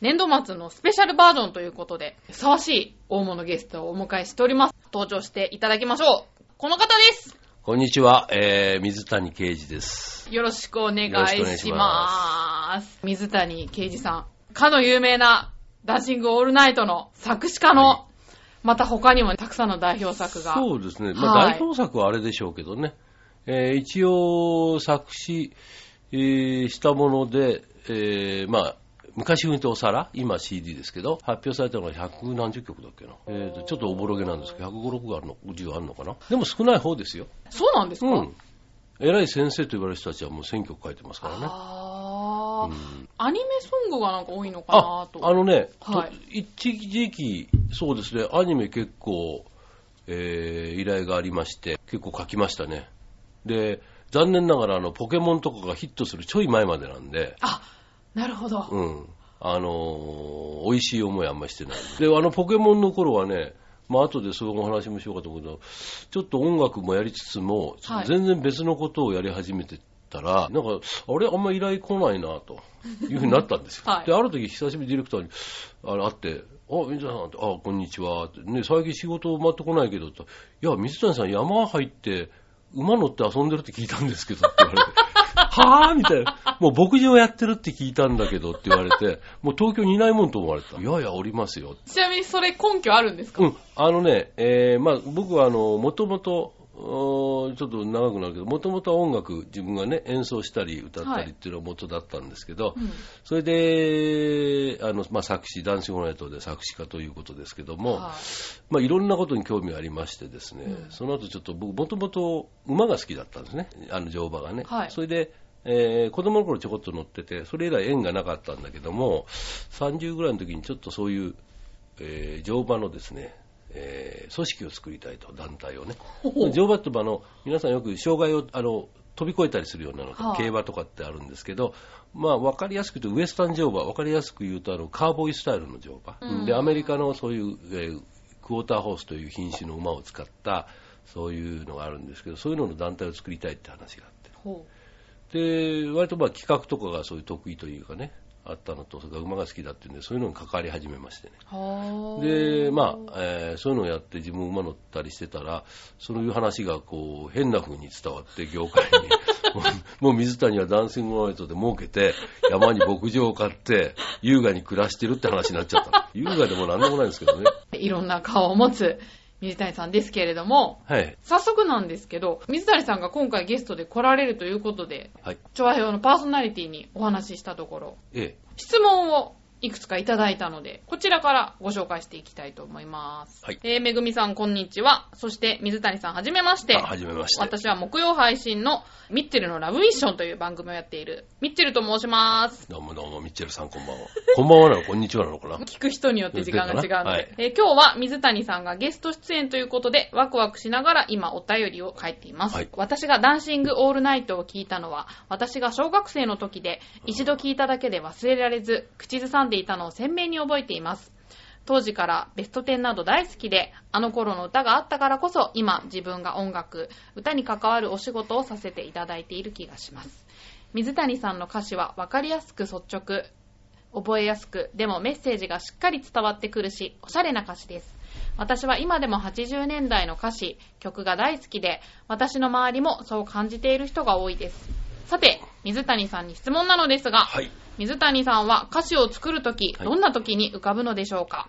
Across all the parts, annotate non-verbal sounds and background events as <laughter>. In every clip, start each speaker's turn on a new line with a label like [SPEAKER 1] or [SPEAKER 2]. [SPEAKER 1] 年度末のスペシャルバージョンということで、ふさわしい大物ゲストをお迎えしております。登場していただきましょう。この方です。
[SPEAKER 2] こんにちは、えー、水谷啓二です。
[SPEAKER 1] よろしくお願いし
[SPEAKER 2] よろ
[SPEAKER 1] ま
[SPEAKER 2] しくお願
[SPEAKER 1] す。
[SPEAKER 2] いしま
[SPEAKER 1] 水谷啓二さん、かの有名なダンシングオールナイトの作詞家の、
[SPEAKER 2] は
[SPEAKER 1] また他にもたくさんの代表作が。
[SPEAKER 2] そうですね。まあ、
[SPEAKER 1] はい
[SPEAKER 2] 代表作はあれでしょうけどね。えー一応、作詞、えーしたもので、えーまあ、昔風に言うとお皿、今 CD ですけど、発表されたのが100何十曲だっけな。えーと、ちょっとおぼろげなんですけど、105、6があるの、10あるのかな。でも少ない方ですよ。
[SPEAKER 1] そうなんですか、
[SPEAKER 2] うん。偉い先生と言われる人たちはもう1000曲書いてますからね。
[SPEAKER 1] あー、
[SPEAKER 2] うん
[SPEAKER 1] アニメソングがなんか多いのかな
[SPEAKER 2] あ
[SPEAKER 1] と。
[SPEAKER 2] あのね、
[SPEAKER 1] はい
[SPEAKER 2] と一時期、そうですね、アニメ結構、えー依頼がありまして、結構書きましたね。で、残念ながら、あの、ポケモンとかがヒットするちょい前までなんで、
[SPEAKER 1] あなるほど。
[SPEAKER 2] うん。あのー美味しい思いあんまりしてない。で、あの、ポケモンの頃はね、まあ、後でそういうお話もしようかと思うけど、ちょっと音楽もやりつつも、
[SPEAKER 1] はい。
[SPEAKER 2] 全然別のことをやり始めてたら、なんか、あれあんま依頼来ないな、というふうになったんですよ
[SPEAKER 1] はい
[SPEAKER 2] で、ある時、久しぶりにディレクターに、あれ、会って、あ、水谷さんって、あ、こんにちは、ってね、最近仕事回ってこないけど、っていや、水谷さん山入って、馬乗って遊んでるって聞いたんですけど、って言われて。
[SPEAKER 1] <laughs>
[SPEAKER 2] はぁみたいな。もう牧場やってるって聞いたんだけどって言われて、もう東京にいないもんと思われてた。いやいや、おりますよ。
[SPEAKER 1] ちなみにそれ根拠あるんですか、
[SPEAKER 2] うん、あのね、えーまあ僕はあの、もともと、おーちょっと長くなるけど、もともとは音楽、自分がね、演奏したり歌ったりっていうのが元だったんですけど、
[SPEAKER 1] うん
[SPEAKER 2] それで、あの、まあ、作詞、男子ゴナイトで作詞家ということですけども、
[SPEAKER 1] はい
[SPEAKER 2] まあ、いろんなことに興味がありましてですね、
[SPEAKER 1] うん
[SPEAKER 2] その後ちょっと僕、もともと馬が好きだったんですね、あの乗馬がね。
[SPEAKER 1] はい
[SPEAKER 2] それで、えー子供の頃ちょこっと乗ってて、それ以来縁がなかったんだけども、30ぐらいの時にちょっとそういう、えー乗馬のですね、えー組織を作りたいと、団体をね。
[SPEAKER 1] ほほ
[SPEAKER 2] 乗馬ってあの皆さんよく障害をあの飛び越えたりするようなのと、
[SPEAKER 1] はい
[SPEAKER 2] 競馬とかってあるんですけど、まあ、分かりやすく言うとウエスタン乗馬分かりやすく言うとあのカーボーイスタイルの乗馬、
[SPEAKER 1] うん
[SPEAKER 2] でアメリカのそういう、えークォーターホースという品種の馬を使ったそういうのがあるんですけどそういうのの団体を作りたいって話があって
[SPEAKER 1] ほ
[SPEAKER 2] で割とまあ企画とかがそういう得意というかねあったのとそれから馬が好きだっていうんでそういうのに関わり始めましてね
[SPEAKER 1] うはー
[SPEAKER 2] で、まあ、えーそういうのをやって自分馬乗ったりしてたら、そういう話がこう、変な風に伝わって業界に。 <laughs> もう水谷はダンシングオーライトで儲けて、山に牧場を買って、優雅に暮らしてるって話になっちゃった。優雅でもなんでもないんですけどね。
[SPEAKER 1] いろんな顔を持つ水谷さんですけれども、
[SPEAKER 2] はい。
[SPEAKER 1] 早速なんですけど、水谷さんが今回ゲストで来られるということで、
[SPEAKER 2] はい。
[SPEAKER 1] 調和表のパーソナリティにお話ししたところ、
[SPEAKER 2] ええ。
[SPEAKER 1] 質問をいくつかいただいたので、こちらからご紹介していきたいと思います。
[SPEAKER 2] はい
[SPEAKER 1] えー、めぐみさん、こんにちは。そして、水谷さん、はじめまして。
[SPEAKER 2] あはじめまして。
[SPEAKER 1] 私は木曜配信のミッチェルのラブミッションという番組をやっている、ミッチェルと申します。
[SPEAKER 2] どうもどうも、ミッチェルさんこんばんは。こんばんはなのこんにちはなのかな
[SPEAKER 1] 聞く人によって時間が違うので、
[SPEAKER 2] うんはい
[SPEAKER 1] えー今日は水谷さんがゲスト出演ということで、ワクワクしながら今お便りを書いています。
[SPEAKER 2] はい
[SPEAKER 1] 私がダンシングオールナイトを聞いたのは、私が小学生の時で、一度聞いただけで忘れられず、口ずさんでいたのを鮮明に覚えています。当時からベスト10など大好きで、あの頃の歌があったからこそ、今自分が音楽、歌に関わるお仕事をさせていただいている気がします。水谷さんの歌詞は分かりやすく率直、覚えやすく、でもメッセージがしっかり伝わってくるし、おしゃれな歌詞です。私は今でも80年代の歌詞、曲が大好きで、私の周りもそう感じている人が多いです。さて、水谷さんに質問なのですが、
[SPEAKER 2] はい。
[SPEAKER 1] 水谷さんは歌詞を作るとき、
[SPEAKER 2] はい
[SPEAKER 1] どんなときに浮かぶのでしょうか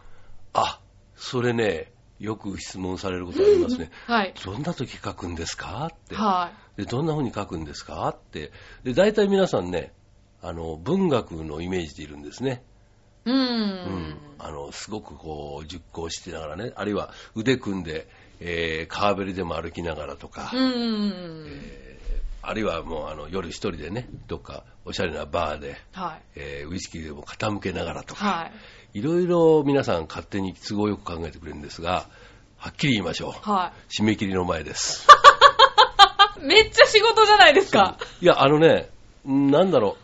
[SPEAKER 2] あ、それね、よく質問されることありますね。
[SPEAKER 1] はい。
[SPEAKER 2] どんな時書くんですかって。
[SPEAKER 1] は
[SPEAKER 2] で、どんな風に書くんですかって。で、大体皆さんね、あの、文学のイメージでいるんですね。
[SPEAKER 1] い。うー。
[SPEAKER 2] うんあの、すごくこう、熟考してながらね、あるいは腕組んで、えー、川べりでも歩きながらとか、
[SPEAKER 1] うーん。
[SPEAKER 2] あるいはもう、あの、夜一人でね、どっかおしゃれなバーで、
[SPEAKER 1] はい。
[SPEAKER 2] えーウイスキーでも傾けながらとか、
[SPEAKER 1] はい。
[SPEAKER 2] いろいろ皆さん勝手に都合よく考えてくれるんですが、はっきり言いましょう。
[SPEAKER 1] は
[SPEAKER 2] 締め切りの前です。
[SPEAKER 1] い。めっちゃ仕事じゃないですか。
[SPEAKER 2] いや、あのね、うんなんだろ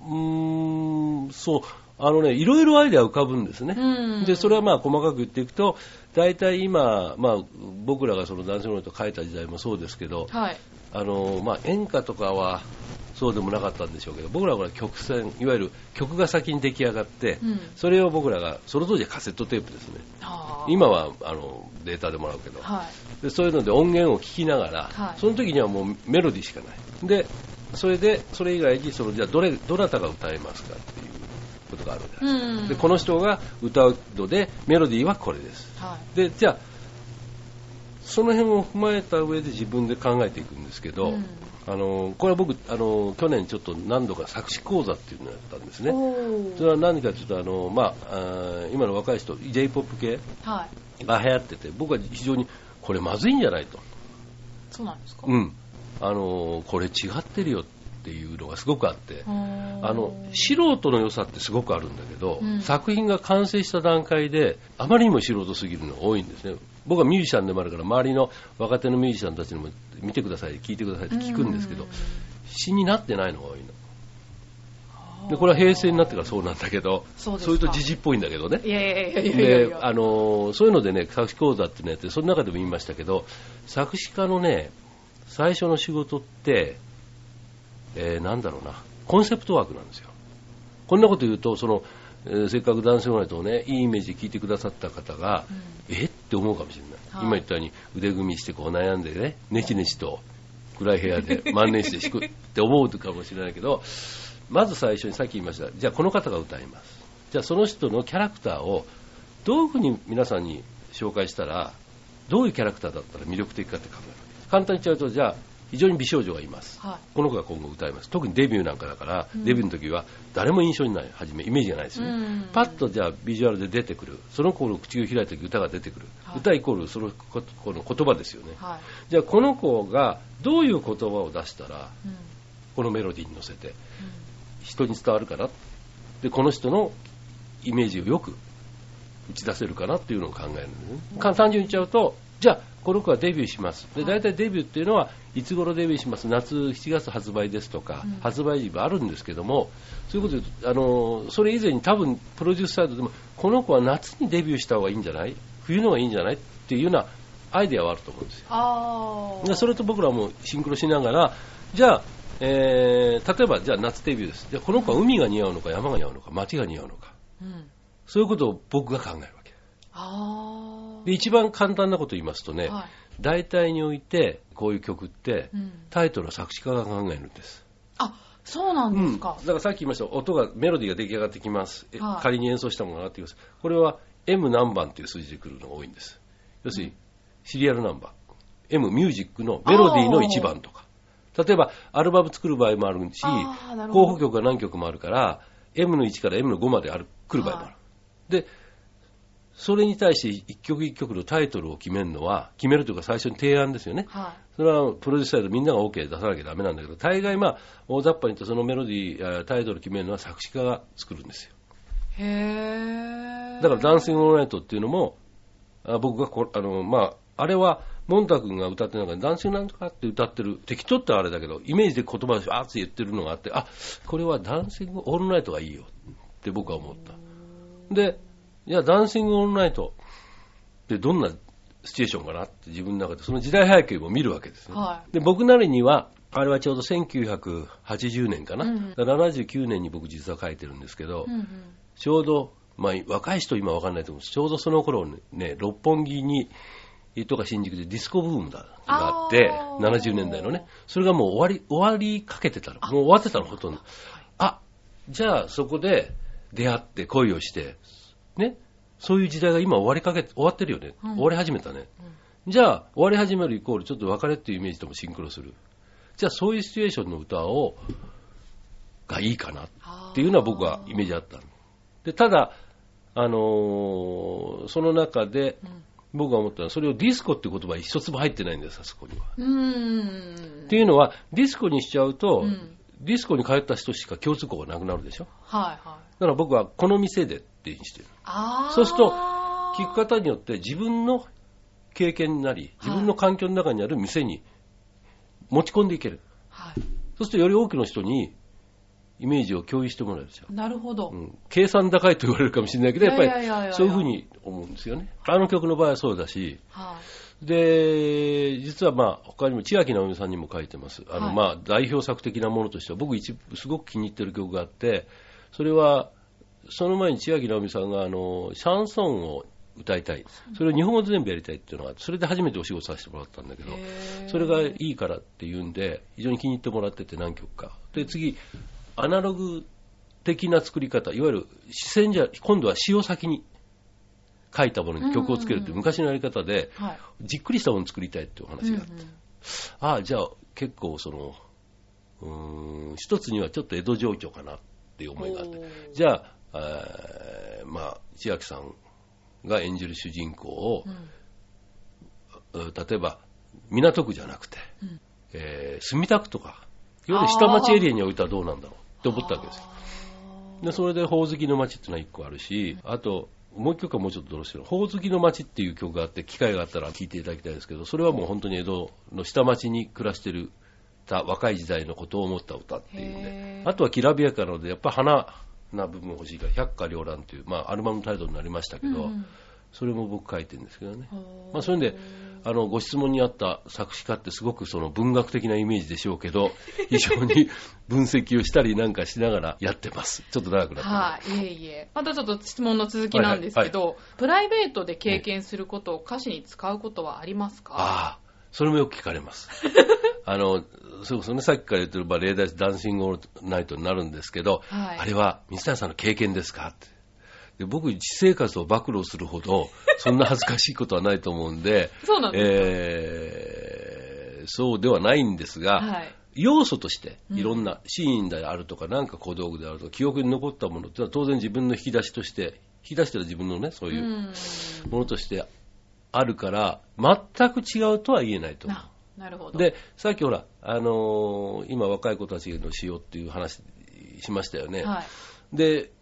[SPEAKER 2] う。うーん、そう。あのね、いろいろアイデア浮かぶんですね。
[SPEAKER 1] うん。
[SPEAKER 2] で、それはまあ細かく言っていくと、大体今、まあ僕らがその男性のと書いた時代もそうですけど、
[SPEAKER 1] はい。
[SPEAKER 2] あのまあ、演歌とかはそうでもなかったんでしょうけど僕らはこれ曲線いわゆる曲が先に出来上がって、
[SPEAKER 1] うん
[SPEAKER 2] それを僕らがその当時はカセットテープですね
[SPEAKER 1] あー
[SPEAKER 2] 今はあのデータでもらうけど、
[SPEAKER 1] はい。
[SPEAKER 2] でそういうので音源を聞きながら、
[SPEAKER 1] はい
[SPEAKER 2] その時にはもうメロディーしかないでそれでそれ以外にそのじゃあどれどなたが歌えますかっていうことがあるじゃないです
[SPEAKER 1] う
[SPEAKER 2] か
[SPEAKER 1] ん。
[SPEAKER 2] でこの人が歌うのでメロディーはこれです
[SPEAKER 1] はい。
[SPEAKER 2] でじゃあその辺を踏まえた上で自分で考えていくんですけど、
[SPEAKER 1] うん
[SPEAKER 2] あのこれは僕あの去年ちょっと何度か作詞講座っていうのをやったんですね
[SPEAKER 1] おー
[SPEAKER 2] それは何かというとあの、まあ、あー今の若い人 j p o p 系
[SPEAKER 1] はい。
[SPEAKER 2] が流行ってて僕は非常にこれまずいんじゃないと、
[SPEAKER 1] そうなんですか。
[SPEAKER 2] うん、あのこれ違ってるよっていうのがすごくあって、あ
[SPEAKER 1] あ
[SPEAKER 2] の素人の良さってすごくあるんだけど、
[SPEAKER 1] うん
[SPEAKER 2] 作品が完成した段階であまりにも素人すぎるのが多いんですね僕はミュージシャンでもあるから周りの若手のミュージシャンたちにも見てください聞いてくださいって聞くんですけど、詩になってないのが多いのでこれは平成になってからそうなんだけど
[SPEAKER 1] そうですか
[SPEAKER 2] れと時事っぽいんだけどね
[SPEAKER 1] いやいやいやいやいやい
[SPEAKER 2] で
[SPEAKER 1] や。
[SPEAKER 2] あのーそういうのでね作詞講座っていうのやってその中でも言いましたけど作詞家のね最初の仕事って、えーなんだろうなコンセプトワークなんですよこんなこと言うとその、えーせっかく男性の人をねいいイメージで聞いてくださった方が、えって思うかもしれない、
[SPEAKER 1] はい
[SPEAKER 2] 今言ったように腕組みしてこう悩んでねネチネチと暗い部屋で万年筆で弾くって思うかもしれないけどまず最初にさっき言いましたじゃあこの方が歌いますじゃあその人のキャラクターをどういうふうに皆さんに紹介したらどういうキャラクターだったら魅力的かって考えるわけです簡単に言っちゃうとじゃあ非常に美少女がいます
[SPEAKER 1] は
[SPEAKER 2] この子が今後歌います特にデビューなんかだから、
[SPEAKER 1] うん
[SPEAKER 2] デビューの時は誰も印象にない初めイメージがないです
[SPEAKER 1] い。
[SPEAKER 2] よね、
[SPEAKER 1] うん
[SPEAKER 2] パッとじゃあビジュアルで出てくるその子の口を開いた時歌が出てくる、
[SPEAKER 1] はい
[SPEAKER 2] 歌イコールその子の言葉ですよね、
[SPEAKER 1] はい。
[SPEAKER 2] じゃあこの子がどういう言葉を出したら
[SPEAKER 1] うんうん
[SPEAKER 2] このメロディーに乗せて人に伝わるかなでこの人のイメージをよく打ち出せるかなっていうのを考えるんですね、
[SPEAKER 1] うん
[SPEAKER 2] 簡単に言っちゃうとじゃあこの子はデビューしますで
[SPEAKER 1] はい
[SPEAKER 2] 大体デビューっていうのはいつ頃デビューします夏7月発売ですとか、
[SPEAKER 1] うん
[SPEAKER 2] 発売日はあるんですけどもそういうこと言うとあのそれ以前に多分プロデュースサイドでもこの子は夏にデビューした方がいいんじゃない冬の方がいいんじゃないっていうようなアイデアはあると思うんですよ
[SPEAKER 1] ああ。
[SPEAKER 2] でそれと僕らもシンクロしながら、じゃあ、えー例えばじゃあ夏デビューです。じゃあこの子は海が似合うのか山が似合うのか街が似合うのか。
[SPEAKER 1] うん。
[SPEAKER 2] そういうことを僕が考えるわけ。
[SPEAKER 1] ああ。
[SPEAKER 2] で、一番簡単なこと言いますとね、
[SPEAKER 1] はい。
[SPEAKER 2] 大体においてこういう曲って
[SPEAKER 1] うん
[SPEAKER 2] タイトルを作詞家が考えるんです。
[SPEAKER 1] あ、そうなんですか
[SPEAKER 2] だ。からさっき言いました音が、メロディーが出来上がってきます。え
[SPEAKER 1] はい
[SPEAKER 2] 仮に演奏したものが上がってきます。これは M 何番っていう数字で来るのが多いんです。要するに、シリアルナンバー。M ミュージックのメロディーの1番とか。例えば、アルバム作る場合もあるし
[SPEAKER 1] あーな、るほど
[SPEAKER 2] 候補曲が何曲もあるから、M の1から M の5まである来る場合もある。
[SPEAKER 1] は
[SPEAKER 2] で、それに対して一曲一曲のタイトルを決めるのは、決めるというか最初に提案ですよね。
[SPEAKER 1] は
[SPEAKER 2] それはプロデューサーでみんなが OK 出さなきゃダメなんだけど、大概まあ、大雑把に言ってそのメロディー、えータイトル決めるのは作詞家が作るんですよ。
[SPEAKER 1] い。へえ。
[SPEAKER 2] だからダンシングオールナイトっていうのも、あ僕がこ、あの、まあ、あれは、モンタ君が歌ってなんか、ダンシングなんとかって歌ってる、適当ってあれだけど、イメージで言葉であーって言ってるのがあって、あ、これはダンシングオールナイトがいいよって僕は思った。で、いや、ダンシングオールナイトってどんなシチュエーションかなって自分の中で、その時代背景も見るわけですね。
[SPEAKER 1] は
[SPEAKER 2] で僕なりには、あれはちょうど1980年かな、
[SPEAKER 1] うん
[SPEAKER 2] 79年に僕、実は書いてるんですけど、
[SPEAKER 1] い。うんうん。
[SPEAKER 2] ちょうど、まあ、若い人、今わかんないと思うんですちょうどその頃ね、六本木にとか新宿でディスコブームだがあって、
[SPEAKER 1] あー
[SPEAKER 2] 70年代のね、それがもう終わり終わりかけてたの、もう終わってたの、ほとんど。あじゃあそこで出会って恋をして、ね、そういう時代が今終わりかけ終わってるよね、
[SPEAKER 1] うん
[SPEAKER 2] 終わり始めたね。じゃあ、終わり始めるイコール、ちょっと別れっていうイメージともシンクロする。じゃあ、そういうシチュエーションの歌を、がいいかなっていうのは僕はイメージあったので、ただ、あのーその中で
[SPEAKER 1] うん
[SPEAKER 2] 僕が思ったのは、それをディスコって言葉は一つも入ってないんです、あそこには。
[SPEAKER 1] うーん
[SPEAKER 2] って。いうのは、ディスコにしちゃうと、
[SPEAKER 1] うん
[SPEAKER 2] ディスコに通った人しか共通項がなくなるでしょ。
[SPEAKER 1] はいはい。
[SPEAKER 2] だから僕はこの店でってしてる。
[SPEAKER 1] あー
[SPEAKER 2] そうすると聞き方によって自分の経験になり、自分の環境の中にある店に持ち込んでいける。
[SPEAKER 1] はい。
[SPEAKER 2] そうするとより多くの人にイメージを共有してもらえるでしょ。
[SPEAKER 1] なるほど。
[SPEAKER 2] うん、計算高いと言われるかもしれないけど、やっぱ
[SPEAKER 1] いやいやいやい
[SPEAKER 2] り
[SPEAKER 1] や
[SPEAKER 2] そういうふうに思うんですよね。あの曲の場合はそうだし、
[SPEAKER 1] はい。
[SPEAKER 2] で、実はまあ、他にも、千秋直美さんにも書いてます。あの、
[SPEAKER 1] はい
[SPEAKER 2] まあ、代表作的なものとしては、僕一、すごく気に入ってる曲があって、それは、その前に千秋直美さんが、あの、シャンソンを歌いたい。それを日本語で全部やりたいっていうのが、それで初めてお仕事させてもらったんだけど、
[SPEAKER 1] へー
[SPEAKER 2] それがいいからっていうんで、非常に気に入ってもらってて何曲か。で、次、アナログ的な作り方、いわゆる視線じゃ、今度は詩を先に書いたものに曲をつけるっていう昔のやり方で、
[SPEAKER 1] はい。
[SPEAKER 2] じっくりしたものを作りたいっていうお話があって、
[SPEAKER 1] うんうん
[SPEAKER 2] ああ、じゃあ結構その、うーん、一つにはちょっと江戸情緒かなっていう思いがあっ
[SPEAKER 1] お
[SPEAKER 2] て、
[SPEAKER 1] ー
[SPEAKER 2] じゃあ、えーまあ、千秋さんが演じる主人公を
[SPEAKER 1] う、ん
[SPEAKER 2] う例えば港区じゃなくて、
[SPEAKER 1] うん
[SPEAKER 2] えー墨田区とか、いわゆる下町エリアに置いたらどうなんだろうって思ったわけですよ。
[SPEAKER 1] あー
[SPEAKER 2] でそれで、ほおずきの街っていうのは一個あるし、あと、もう一曲はもうちょっとどうしてる、ほおずきの街っていう曲があって、機会があったら聴いていただきたいですけど、それはもう本当に江戸の下町に暮らしてるた若い時代のことを思った歌っていうね
[SPEAKER 1] へ。ー
[SPEAKER 2] あとはきらびやかなので、やっぱ花な部分欲しいから、百花繚乱っていう、まあ、アルバムタイトルになりましたけど、
[SPEAKER 1] うん
[SPEAKER 2] それも僕書いてるんですけどね。
[SPEAKER 1] うん
[SPEAKER 2] まあ、そういうんで、あの、ご質問にあった作詞家ってすごくその文学的なイメージでしょうけ
[SPEAKER 1] <laughs>
[SPEAKER 2] ど、非常に分析をしたりなんかしながらやってます。ちょっと長くなってます
[SPEAKER 1] はい、いえいえ。またちょっと質問の続きなんですけど、プライベートで経験することを歌詞に使うことはありますか
[SPEAKER 2] ああ、それもよく聞かれ
[SPEAKER 1] <laughs>
[SPEAKER 2] ます。あの、そうですね、さっきから言ってる、まあ、例題ダンシングオールナイトになるんですけど、
[SPEAKER 1] はい
[SPEAKER 2] あれは水谷さんの経験ですかって。で僕、実生活を暴露するほど、そんな恥ずかしいことはないと思うんで、
[SPEAKER 1] <laughs> そうなんですか
[SPEAKER 2] えーそうではないんですが、
[SPEAKER 1] はい。
[SPEAKER 2] 要素として、いろんなシーンであるとか、なんか小道具であるとか、記憶に残ったものっていうのは、当然自分の引き出しとして、引き出してる自分のね、そう
[SPEAKER 1] う。
[SPEAKER 2] いうんものとしてあるから、全く違うとは言えないと思
[SPEAKER 1] な、なるほ
[SPEAKER 2] う。
[SPEAKER 1] ど。
[SPEAKER 2] で、さっきほら、あのー今若い子たちへの使用っていう話しましたよね。
[SPEAKER 1] はい。
[SPEAKER 2] で、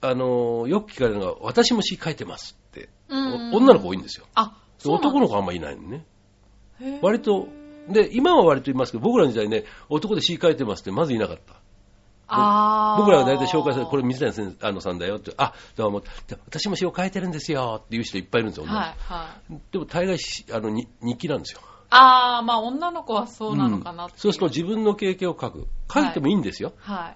[SPEAKER 2] あのーよく聞かれるのが、私も詩書いてますって、
[SPEAKER 1] うん
[SPEAKER 2] お女の子多いんですよ。
[SPEAKER 1] あ、そうなん
[SPEAKER 2] 男の子あんまりいないのね。
[SPEAKER 1] へー
[SPEAKER 2] 割と、で、今は割と言いますけど、僕らの時代ね、男で詩書いてますってまずいなかった。
[SPEAKER 1] あー
[SPEAKER 2] 僕らが大体紹介する、これ水谷先生あのさんだよって、あ、どうも、で私も詩を書いてるんですよっていう人いっぱいいるんですよ、女の子
[SPEAKER 1] はい、はい。
[SPEAKER 2] でも大概しあのに日記なんですよ。
[SPEAKER 1] あー、まあ女の子はそうなのかなって
[SPEAKER 2] ん
[SPEAKER 1] い
[SPEAKER 2] そうすると自分の経験を書く。書いてもいいんですよ。
[SPEAKER 1] は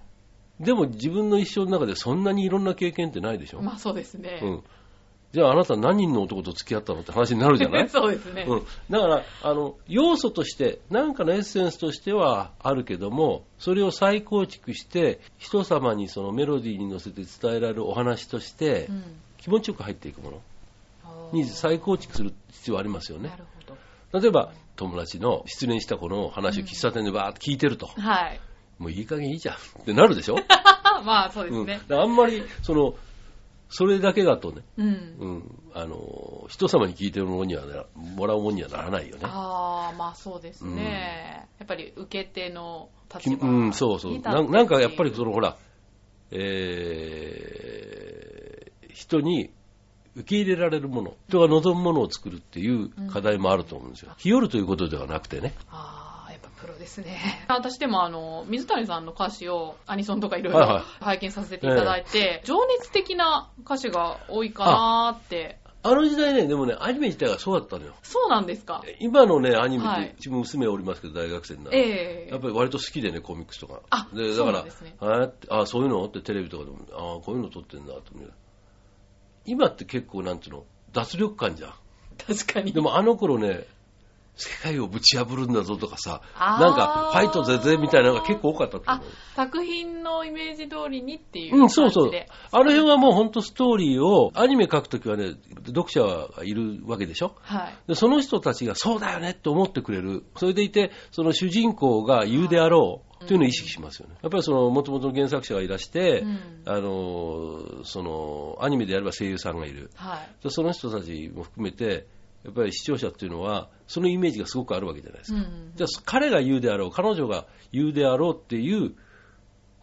[SPEAKER 2] でも自分の一生の中でそんなにいろんな経験ってないでしょ。
[SPEAKER 1] い。まあそうですね。
[SPEAKER 2] うん、じゃああなた何人の男と付き合ったのって話になるじゃない
[SPEAKER 1] <laughs> そうですね。
[SPEAKER 2] うん、だからあの要素として何かのエッセンスとしてはあるけどもそれを再構築して人様にそのメロディーに乗せて伝えられるお話として、
[SPEAKER 1] うん
[SPEAKER 2] 気持ちよく入っていくものに再構築する必要ありますよね
[SPEAKER 1] なるほど。
[SPEAKER 2] 例えば友達の失恋した子の話を喫茶店でバーって聞いてると、
[SPEAKER 1] はい。 <laughs>
[SPEAKER 2] もういい加減いいじゃんってなるでしょ、
[SPEAKER 1] あまあそうで
[SPEAKER 2] う
[SPEAKER 1] す
[SPEAKER 2] ん、だ
[SPEAKER 1] ね。
[SPEAKER 2] からあんまりそのそれだけだとね、
[SPEAKER 1] うん。
[SPEAKER 2] うん、あの人様に聞いてるものにはなもらうものにはならないよね
[SPEAKER 1] ああ、まあそうですね。やっぱり受け手の
[SPEAKER 2] き
[SPEAKER 1] 立場
[SPEAKER 2] うん、そうそう
[SPEAKER 1] に立って
[SPEAKER 2] な。なんかやっぱりそのほら、えー、人に受け入れられるもの、人が望むものを作るっていう課題もあると思うんですよ。日和ということではなくてね。
[SPEAKER 1] ああ、やっぱプロですね。 <laughs> 私でもあの、水谷さんの歌詞をアニソンとかいろい
[SPEAKER 2] はい
[SPEAKER 1] ろ
[SPEAKER 2] はい
[SPEAKER 1] 拝見させていただいて、情熱的な歌詞が多いかなーって。
[SPEAKER 2] あの時代ね、でもね、アニメ自体がそうだったのよ。
[SPEAKER 1] そうなんですか
[SPEAKER 2] 今のね、アニメっ
[SPEAKER 1] は
[SPEAKER 2] て
[SPEAKER 1] い、
[SPEAKER 2] うちも娘おりますけど、大学生になる。
[SPEAKER 1] ええ
[SPEAKER 2] やっぱり割と好きでね、コミックスとか。
[SPEAKER 1] あ
[SPEAKER 2] で
[SPEAKER 1] そ
[SPEAKER 2] だか
[SPEAKER 1] うな
[SPEAKER 2] ら
[SPEAKER 1] んですね、
[SPEAKER 2] あってあそういうのってテレビとかでも、ああ、こういうの撮ってんだと思う今って結構、なんていうの、脱力感じゃん。
[SPEAKER 1] 確かに。
[SPEAKER 2] でもあの頃ね、世界をぶち破るんだぞとかさ、
[SPEAKER 1] あー
[SPEAKER 2] なんか、ファイトぜぜみたいなのが結構多かったと
[SPEAKER 1] あ
[SPEAKER 2] 思う。、
[SPEAKER 1] 作品のイメージ通りにっていう感じで。
[SPEAKER 2] うん、そうそう。あの辺はもう本当ストーリーを、アニメ書くときはね、読者がいるわけでしょ
[SPEAKER 1] はい。
[SPEAKER 2] でその人たちがそうだよねって思ってくれる。それでいて、その主人公が言うであろうっていうのを意識しますよね。やっぱりその元々の原作者がいらして、
[SPEAKER 1] うん
[SPEAKER 2] あの、その、アニメであれば声優さんがいる。
[SPEAKER 1] はい。
[SPEAKER 2] でその人たちも含めて、やっぱり視聴者っていうのは、そのイメージがすごくあるわけじゃないです
[SPEAKER 1] うん
[SPEAKER 2] か。
[SPEAKER 1] うんうん
[SPEAKER 2] じゃあ、彼が言うであろう、彼女が言うであろうっていう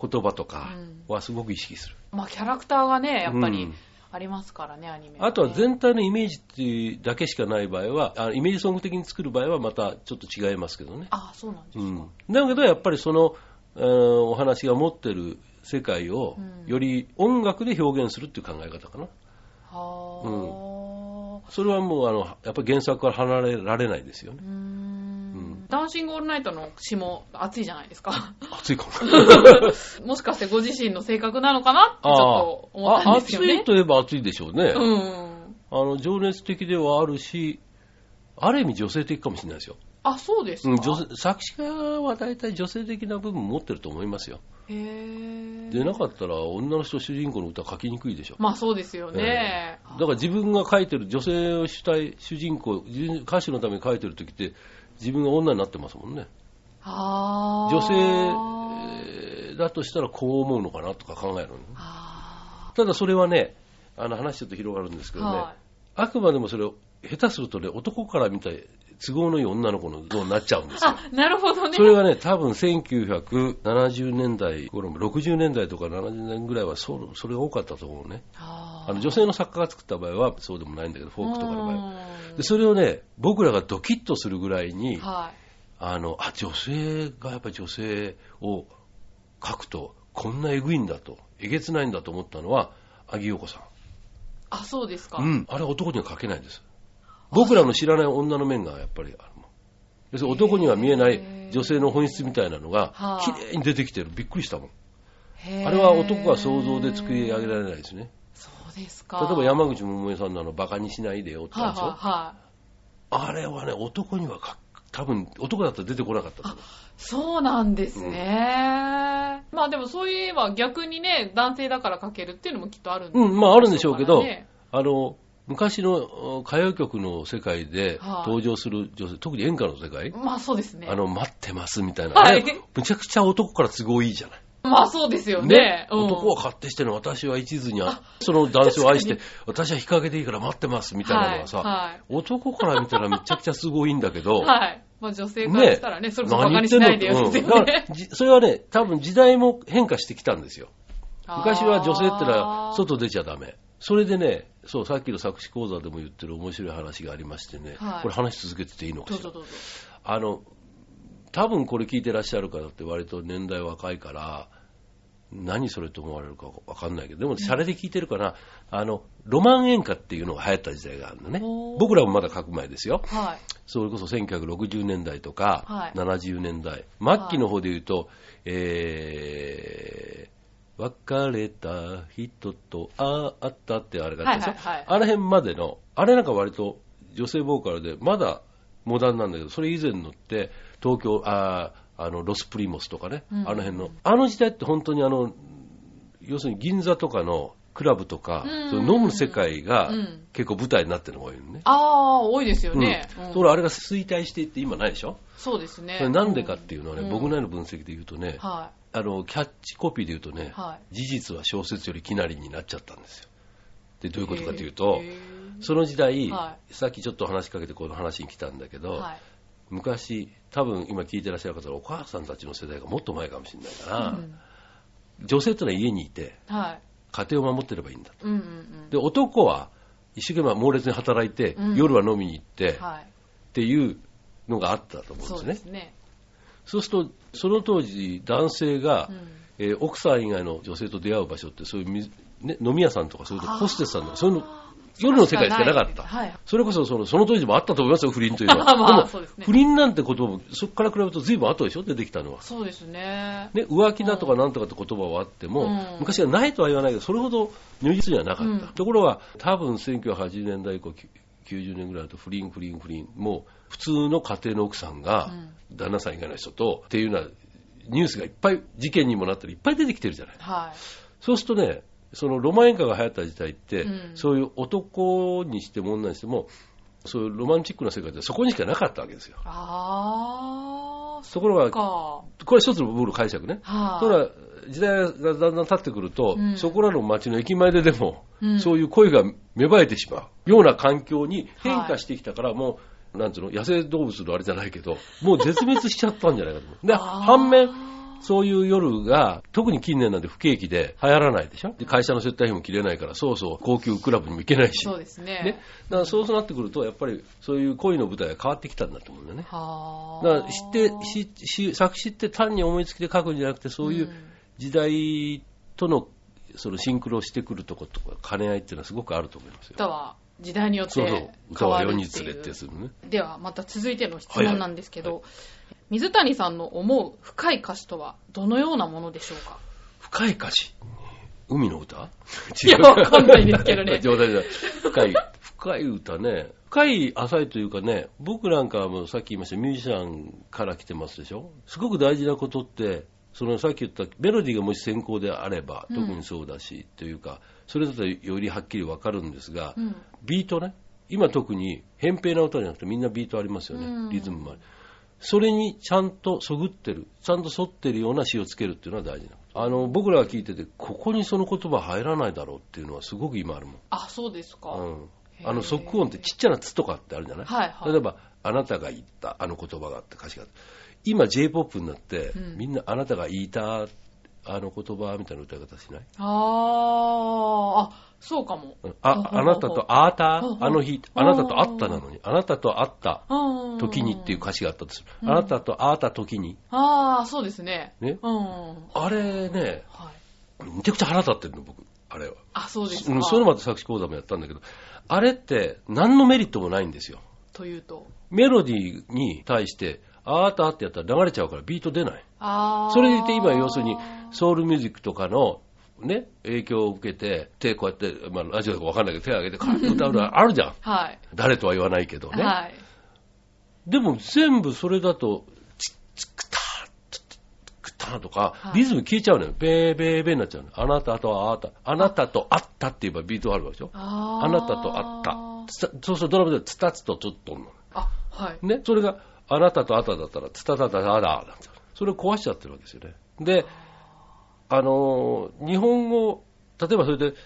[SPEAKER 2] 言葉とかはすごく意識する。
[SPEAKER 1] まあ、キャラクターがね、やっぱ
[SPEAKER 2] う
[SPEAKER 1] り
[SPEAKER 2] ん
[SPEAKER 1] ありますからね、アニメ、ね。
[SPEAKER 2] あとは全体のイメージっていうだけしかない場合は、あイメージソング的に作る場合はまたちょっと違いますけどね。
[SPEAKER 1] あ、そうなんです
[SPEAKER 2] う
[SPEAKER 1] か。
[SPEAKER 2] ん、だけどやっぱりその、えーお話が持ってる世界を
[SPEAKER 1] うん
[SPEAKER 2] より音楽で表現するっていう考え方かな。
[SPEAKER 1] はあ、
[SPEAKER 2] それはもうあの、やっぱり原作から離れられないですよね。
[SPEAKER 1] <laughs> うーんダンシングオールナイトの詩も熱いじゃないですか。 <laughs>
[SPEAKER 2] 熱いかも。
[SPEAKER 1] もしかしてご自身の性格なのかなってちょっと思ったん
[SPEAKER 2] あ
[SPEAKER 1] です
[SPEAKER 2] 熱
[SPEAKER 1] よね
[SPEAKER 2] い。といえば熱いでしょうね。
[SPEAKER 1] うん。
[SPEAKER 2] あの情熱的ではあるし、ある意味女性的かもしれないですよ。
[SPEAKER 1] あ、そうですか。
[SPEAKER 2] うん、女性作詞家は大体女性的な部分持ってると思いますよ。
[SPEAKER 1] へー
[SPEAKER 2] でなかったら女の人主人公の歌書きにくいでしょ。
[SPEAKER 1] まあそうですよね。
[SPEAKER 2] だから自分が書いてる女性を主体、主人公、自歌手のために書いてる時って自分が女になってますもんね。
[SPEAKER 1] あー
[SPEAKER 2] 女性えーだとしたらこう思うのかなとか考えるのね。
[SPEAKER 1] あ
[SPEAKER 2] ただそれはね、あの話ちょっと広がるんですけ
[SPEAKER 1] ー
[SPEAKER 2] どね、
[SPEAKER 1] は
[SPEAKER 2] あくまでもそれを下手するとね、男から見た都合のいい女の子の像になっちゃうんですよ。
[SPEAKER 1] い。なるほどね
[SPEAKER 2] そ。れがね、多分1970年代頃も、60年代とか70年ぐらいはそうそれが多かったと思うね。
[SPEAKER 1] あ
[SPEAKER 2] あの女性の作家が作った場合はそうでもないんだけど、フォークとかの場合は。
[SPEAKER 1] うん
[SPEAKER 2] でそれをね、僕らがドキッとするぐらいに、
[SPEAKER 1] は
[SPEAKER 2] あの、あ、女性がやっぱり女性を書くと、こんなえぐいんだと、えげつないんだと思ったのは、アギヨコさん。
[SPEAKER 1] い。あ、そうですか。
[SPEAKER 2] うん、あれ男には書けないんです。僕らの知らない女の面がやっぱりあるもん。要するに男には見えな
[SPEAKER 1] へ
[SPEAKER 2] い
[SPEAKER 1] ー
[SPEAKER 2] 女性の本質みたいなのが
[SPEAKER 1] はあ
[SPEAKER 2] 綺麗に出てきてる。びっくりしたもん。
[SPEAKER 1] へー
[SPEAKER 2] あれは男は想像で作り上げられないですね。
[SPEAKER 1] そうです
[SPEAKER 2] 例
[SPEAKER 1] か。
[SPEAKER 2] えば山口百恵さんなのバカにしないでよって
[SPEAKER 1] はい
[SPEAKER 2] 話でしょ
[SPEAKER 1] はいはい。
[SPEAKER 2] あれはね、男にはか多分男だったら出てこなかったと思う。
[SPEAKER 1] そうなんですね。まあでもそういえば逆にね、男性だから書けるっていうのもきっとあるんで
[SPEAKER 2] うん、まああるんでしょうけど、
[SPEAKER 1] ね
[SPEAKER 2] あの、昔のうん歌謡曲の世界で
[SPEAKER 1] はい
[SPEAKER 2] 登場する女性、特に演歌の世界、
[SPEAKER 1] まあそうですね
[SPEAKER 2] あ。の、待ってますみたいな、
[SPEAKER 1] はい
[SPEAKER 2] ねむちゃくちゃ男から都合いいじゃない。
[SPEAKER 1] まあそうですよね。
[SPEAKER 2] ね、
[SPEAKER 1] うん
[SPEAKER 2] 男は勝手してるの、私は一途にあ、その男性を愛して、私は日陰でいいから待ってますみたいなのはさ、
[SPEAKER 1] はい
[SPEAKER 2] 男から見たらめちゃくちゃすごいんだけど、
[SPEAKER 1] <laughs> はい。まあ女性からしたらね、それこそバカにしないでよ
[SPEAKER 2] 何
[SPEAKER 1] っ
[SPEAKER 2] 言
[SPEAKER 1] て
[SPEAKER 2] ってんのうん
[SPEAKER 1] ね。
[SPEAKER 2] だ
[SPEAKER 1] <laughs>
[SPEAKER 2] からじそれはね、多分時代も変化してきたんですよ。昔は女性ってのは外出ちゃダメ。それでね、そう、さっきの作詞講座でも言ってる面白い話がありましてね、
[SPEAKER 1] はい
[SPEAKER 2] これ話し続けてていいのか
[SPEAKER 1] どう
[SPEAKER 2] しら
[SPEAKER 1] ぞ。どうぞ。
[SPEAKER 2] あの、多分これ聞いてらっしゃる方って割と年代若いから、何それと思われるかわかんないけど、でも、シャレで聞いてるから、あの、ロマン演歌っていうのが流行った時代があるのね
[SPEAKER 1] お。ー
[SPEAKER 2] 僕らもまだ書く前ですよ。
[SPEAKER 1] はい。
[SPEAKER 2] それこそ1960年代とか、
[SPEAKER 1] はい
[SPEAKER 2] 70年代、末期の方で言うと、えー、別れた人と会ったってあれがあったでしょ、
[SPEAKER 1] はいはいはい
[SPEAKER 2] あの辺までの、あれなんか割と女性ボーカルで、まだモダンなんだけど、それ以前のって、東京、あーあのロスプリモスとかね、
[SPEAKER 1] うん
[SPEAKER 2] あの辺の、あの時代って本当にあの、要するに銀座とかのクラブとか、
[SPEAKER 1] うん
[SPEAKER 2] その飲む世界が
[SPEAKER 1] うん
[SPEAKER 2] 結構舞台になってるのが多いよね。
[SPEAKER 1] ああ、多いですよね。
[SPEAKER 2] うん
[SPEAKER 1] うん
[SPEAKER 2] ところがあれが衰退していって今ないでしょ、
[SPEAKER 1] そうですね
[SPEAKER 2] それ。なんでかっていうのはね、
[SPEAKER 1] うん
[SPEAKER 2] 僕なりの分析で言うとね、
[SPEAKER 1] は
[SPEAKER 2] あのキャッチコピーで言うとね、
[SPEAKER 1] は
[SPEAKER 2] 事実は小説よりきなりになっちゃったんですよ。でど
[SPEAKER 1] い。
[SPEAKER 2] ういうことかというと
[SPEAKER 1] へ、
[SPEAKER 2] その時代、
[SPEAKER 1] は
[SPEAKER 2] さっきちょっと話しかけてこの話に来たんだけど、
[SPEAKER 1] ーはい。
[SPEAKER 2] 昔、多分今聞いてらっしゃる方はお母さんたちの世代がもっと前かもしれないから、
[SPEAKER 1] うん
[SPEAKER 2] 女性というのは家にいて
[SPEAKER 1] はい。
[SPEAKER 2] 家庭を守ってればいいんだ。
[SPEAKER 1] うんうんうん。
[SPEAKER 2] で男は一生懸命猛烈に働いて、
[SPEAKER 1] うん
[SPEAKER 2] 夜は飲みに行って、っ
[SPEAKER 1] はい。
[SPEAKER 2] ていうのがあったと思うんで
[SPEAKER 1] そ
[SPEAKER 2] す
[SPEAKER 1] う
[SPEAKER 2] ね
[SPEAKER 1] で。すね。
[SPEAKER 2] そうすると、その当時、男性が、
[SPEAKER 1] うん
[SPEAKER 2] えー奥さん以外の女性と出会う場所って、そういうみ、ね、飲み屋さんとか、そういうとこ
[SPEAKER 1] あー
[SPEAKER 2] ホステスさんとか、そういうの、夜の世界しかなかった。
[SPEAKER 1] はい。
[SPEAKER 2] それこそその、その当時もあったと思いますよ、不倫というのは。
[SPEAKER 1] <laughs> まあ
[SPEAKER 2] で
[SPEAKER 1] そうで
[SPEAKER 2] も
[SPEAKER 1] すね
[SPEAKER 2] 不倫なんて言葉も、そこから比べると随分後でしょ、出てきたのは。
[SPEAKER 1] そうですね。
[SPEAKER 2] ね、浮気だとかなんとかって言葉はあっても、
[SPEAKER 1] うん
[SPEAKER 2] 昔はないとは言わないけど、それほど如実にはなかった。
[SPEAKER 1] うん
[SPEAKER 2] ところが、多分1980年代以降、き90年ぐらいだと不倫、不倫、不倫、もう普通の家庭の奥さんが、旦那さん以外の人とっていうようなニュースがいっぱい、事件にもなったり、いっぱい出てきてるじゃない。
[SPEAKER 1] は
[SPEAKER 2] そうするとね、そのロマン演歌が流行った時代って、
[SPEAKER 1] うん
[SPEAKER 2] そういう男にしても女にしても、そういうロマンチックな世界ってそこにしかなかったわけですよ
[SPEAKER 1] い。。ああ、そ
[SPEAKER 2] ところ
[SPEAKER 1] っ
[SPEAKER 2] が、
[SPEAKER 1] か。
[SPEAKER 2] これ一つの僕の解釈ね。
[SPEAKER 1] はい。
[SPEAKER 2] ただ時代がだんだん経ってくると、
[SPEAKER 1] うん
[SPEAKER 2] そこらの街の駅前ででも、
[SPEAKER 1] うん
[SPEAKER 2] そういう恋が芽生えてしまうような環境に変化してきたから、もう、なんつうの、野生動物のあれじゃないけど、もう絶滅しちゃったんじゃないかと思う。で、
[SPEAKER 1] あー
[SPEAKER 2] 反面、そういう夜が、特に近年なんて不景気で流行らないでしょで会社の接待費も切れないから、そうそう、高級クラブにも行けないし。
[SPEAKER 1] そうですね。
[SPEAKER 2] ね、だからそうなってくると、やっぱりそういう恋の舞台が変わってきたんだと思うんだよね。
[SPEAKER 1] は
[SPEAKER 2] だ
[SPEAKER 1] あ。
[SPEAKER 2] から知ってしし作詞って単に思いつきで書くんじゃなくて、そういう時代とのそのシンクロしてくるとことか、兼ね合いっていうのはすごくあると思いますよ。
[SPEAKER 1] 歌は時代によっ
[SPEAKER 2] そうそう
[SPEAKER 1] て、
[SPEAKER 2] 歌
[SPEAKER 1] 変わ
[SPEAKER 2] は
[SPEAKER 1] る
[SPEAKER 2] 世
[SPEAKER 1] って
[SPEAKER 2] に
[SPEAKER 1] い
[SPEAKER 2] 連れ
[SPEAKER 1] う
[SPEAKER 2] てするね。
[SPEAKER 1] ではまた続いての質
[SPEAKER 2] はいは
[SPEAKER 1] 問
[SPEAKER 2] い
[SPEAKER 1] なんですけど、
[SPEAKER 2] は
[SPEAKER 1] 水谷さんの思う深い歌詞とはどのようなものでしょうか
[SPEAKER 2] 深い歌詞。海の歌
[SPEAKER 1] <laughs> いやわかんないですけどね
[SPEAKER 2] <laughs> 冗談じゃない。深い、深い歌ね。深い浅いというかね、僕なんかはもうさっき言いましたミュージシャンから来てますでしょすごく大事なことって、そのさっき言ったメロディーがもし先行であれば、
[SPEAKER 1] うん
[SPEAKER 2] 特にそうだし、というか、それだとよりはっきりわかるんですが、
[SPEAKER 1] うん
[SPEAKER 2] ビートね、今特に扁平な歌じゃなくてみんなビートありますよ
[SPEAKER 1] うん
[SPEAKER 2] ね、リズムもある。それにちゃんとそぐってる、ちゃんと沿ってるような詞をつけるっていうのは大事なことあの、僕らが聞いてて、ここにその言葉入らないだろうっていうのはすごく今あるもん。
[SPEAKER 1] あそうですか、
[SPEAKER 2] うん
[SPEAKER 1] へ。ー
[SPEAKER 2] あの、即音ってちっちゃなつとかってあるじゃない、
[SPEAKER 1] はいはい
[SPEAKER 2] 例えば、あなたが言った、あの言葉がって歌詞がある。今 J-POP になって、
[SPEAKER 1] うん
[SPEAKER 2] みんなあなたが言いた、あの言葉みたいな歌い方しない
[SPEAKER 1] あーあそうかも
[SPEAKER 2] うん
[SPEAKER 1] ほうほう
[SPEAKER 2] あ、
[SPEAKER 1] ほう
[SPEAKER 2] あなたとあーた
[SPEAKER 1] ほうほう、
[SPEAKER 2] あの日、あなたと会ったなのに、あなたと会った
[SPEAKER 1] うん
[SPEAKER 2] 時にっていう歌詞があったとする。
[SPEAKER 1] うん
[SPEAKER 2] あなたと会った時に、
[SPEAKER 1] ああそうですね
[SPEAKER 2] ね。
[SPEAKER 1] うん
[SPEAKER 2] あれね、
[SPEAKER 1] はい
[SPEAKER 2] めちゃくちゃ腹立ってるの、僕。あれは。
[SPEAKER 1] あそうですか、
[SPEAKER 2] うん、それまた作詞講座もやったんだけど、あれって何のメリットもないんですよ。
[SPEAKER 1] というと
[SPEAKER 2] メロディーに対して、あーたってやったら流れちゃうからビート出ない。
[SPEAKER 1] ああ
[SPEAKER 2] それでいて今要するにソウルミュージックとかのね、影響を受けて、手こうやって、まあラジオとかわかんないけど手を挙げてカーッと歌うのあるじゃん。
[SPEAKER 1] はい、
[SPEAKER 2] 誰とは言わないけどね。
[SPEAKER 1] はい
[SPEAKER 2] でも全部それだと、チッチックター、チッチックターとか
[SPEAKER 1] は、い
[SPEAKER 2] リズム消えちゃうのよ。ベーベーベーになっちゃうの。あなたとあなた、あなたと会ったって言えばビートがあるわけでしょ。
[SPEAKER 1] あー
[SPEAKER 2] あなたと会った。つたそうそう、ドラムでツタツとツッとんの。
[SPEAKER 1] あはい
[SPEAKER 2] ね。それが、あなたとあなただったら、ツタタタタタなんてそれを壊しちゃってるわけですよね。で、あのー日本語、例えばそれで、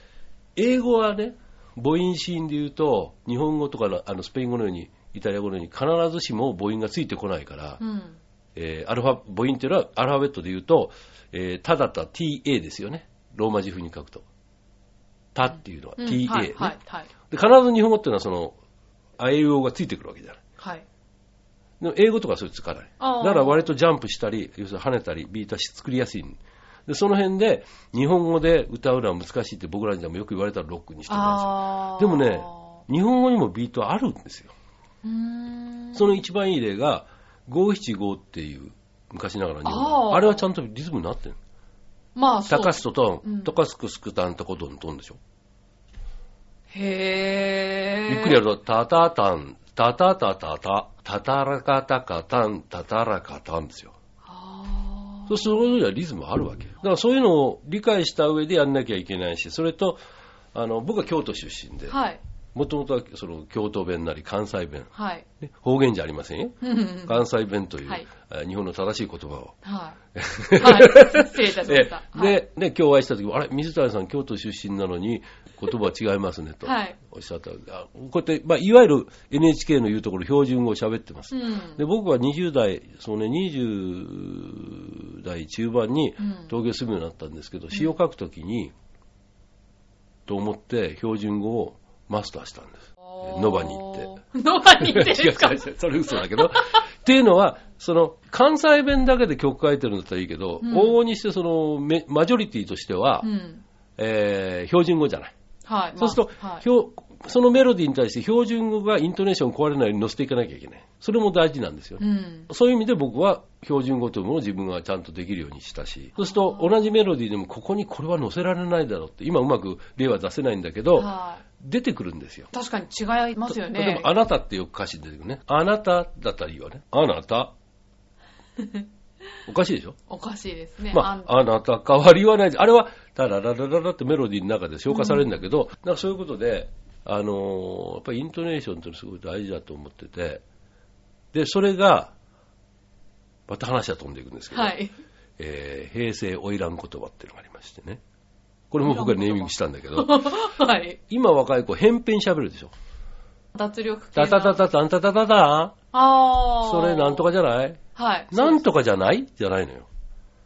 [SPEAKER 2] 英語はね、母音子音で言うと、日本語とかのあのスペイン語のように、イタリア語のように、必ずしも母音がついてこないから、
[SPEAKER 1] うん
[SPEAKER 2] えーアルファ、母音っていうのはアルファベットで言うと、えータダタ TA ですよね。ローマ字風に書くと。タっていうのは
[SPEAKER 1] うん
[SPEAKER 2] TA、ね
[SPEAKER 1] はいはいはい
[SPEAKER 2] で。必ず日本語っていうのはその、あえうおがついてくるわけじゃない。
[SPEAKER 1] はい
[SPEAKER 2] でも英語とかはそれつかない。
[SPEAKER 1] あー
[SPEAKER 2] だから割とジャンプしたり、要するに跳ねたり、ビートは作りやすい。で、その辺で、日本語で歌うのは難しいって僕らにでもよく言われたらロックにしてま
[SPEAKER 1] ああ
[SPEAKER 2] でもねす。日本語にもビートはあるんですよ。
[SPEAKER 1] うーん
[SPEAKER 2] その一番いい例が、575っていう、昔ながら日
[SPEAKER 1] あ
[SPEAKER 2] 本
[SPEAKER 1] ー
[SPEAKER 2] 語。あれはちゃんとリズムになってる。
[SPEAKER 1] まあ、そう。
[SPEAKER 2] 高すとト
[SPEAKER 1] うん
[SPEAKER 2] ン、高すくすくたんとこどんどんでしょ。
[SPEAKER 1] へー。
[SPEAKER 2] ゆっくりやると、たたたん、たたたたた、たたらかたかたん、たたらかたんですよ。
[SPEAKER 1] あ
[SPEAKER 2] そうすることにはリズムあるわけ。だからそういうのを理解した上でやんなきゃいけないし、それと、あの、僕は京都出身で
[SPEAKER 1] ー。、はい。
[SPEAKER 2] もともとはその京都弁なり関西弁、
[SPEAKER 1] はい。 <laughs>
[SPEAKER 2] ね方言じゃありませんよ。
[SPEAKER 1] うんうん
[SPEAKER 2] <laughs> 関西弁という、
[SPEAKER 1] はい
[SPEAKER 2] えー日本の正しい言葉を。
[SPEAKER 1] はい。はい。失礼いたしまし
[SPEAKER 2] で
[SPEAKER 1] た。はい、
[SPEAKER 2] で、で、今日お会いした時も、あれ、水谷さん京都出身なのに、言葉違いますね、と
[SPEAKER 1] はい
[SPEAKER 2] おっしゃった。あこうやって、まあ、いわゆる NHK の言うところ、標準語を喋ってます
[SPEAKER 1] う。ん。
[SPEAKER 2] で僕は20代、そうね、20代中盤に
[SPEAKER 1] うん
[SPEAKER 2] 東京住むようになったんですけど、詩を書くときに、と思って標準語をマスターしたんです。ノバに行って
[SPEAKER 1] って。 <laughs> ノバに行って
[SPEAKER 2] 違
[SPEAKER 1] <laughs> ですか
[SPEAKER 2] う違う <laughs> 違うそれ嘘だけど。っていうのは、その、関西弁だけで曲書いてるんだったらいいけど、
[SPEAKER 1] うん
[SPEAKER 2] 往々にしてその、めマジョリティとしては、
[SPEAKER 1] うん。
[SPEAKER 2] えー標準語じゃない。
[SPEAKER 1] はい。
[SPEAKER 2] そうすると、
[SPEAKER 1] まあはい
[SPEAKER 2] ひょそのメロディーに対して標準語がイントネーション壊れないように乗せていかなきゃいけない。それも大事なんですよね
[SPEAKER 1] うん。
[SPEAKER 2] そういう意味で僕は標準語というものを自分がちゃんとできるようにしたし、そうすると同じメロディーでもここにこれは載せられないだろうって、今うまく例は出せないんだけど、
[SPEAKER 1] はい。
[SPEAKER 2] 出てくるんですよ。
[SPEAKER 1] 確かに違いますよ
[SPEAKER 2] 例え
[SPEAKER 1] ね
[SPEAKER 2] ば、。あなたってよく歌詞に出てくるね。あなただったらいいわね。あな
[SPEAKER 1] <laughs>
[SPEAKER 2] た。おかしいでしょ
[SPEAKER 1] おかしいですね。
[SPEAKER 2] ま
[SPEAKER 1] あ
[SPEAKER 2] あ、あなた変わりはない。あれは、タラララララってメロディーの中で消化されるんだけど、なんかそういうことで、あのーやっぱりイントネーションってのはすごい大事だと思ってて、で、それが、また話は飛んでいくんですけど、
[SPEAKER 1] はい。 <laughs>
[SPEAKER 2] えー平成花魁言葉っていうのがありましてね。これも僕がネーミングしたんだけど、
[SPEAKER 1] はい。
[SPEAKER 2] 今若い子、偏偏喋るでしょ。
[SPEAKER 1] 脱力系
[SPEAKER 2] タ
[SPEAKER 1] な。
[SPEAKER 2] タタタタンタタタタ
[SPEAKER 1] ああ。
[SPEAKER 2] それなんとかじゃない
[SPEAKER 1] はい。
[SPEAKER 2] なんとかじゃないじゃないのよ。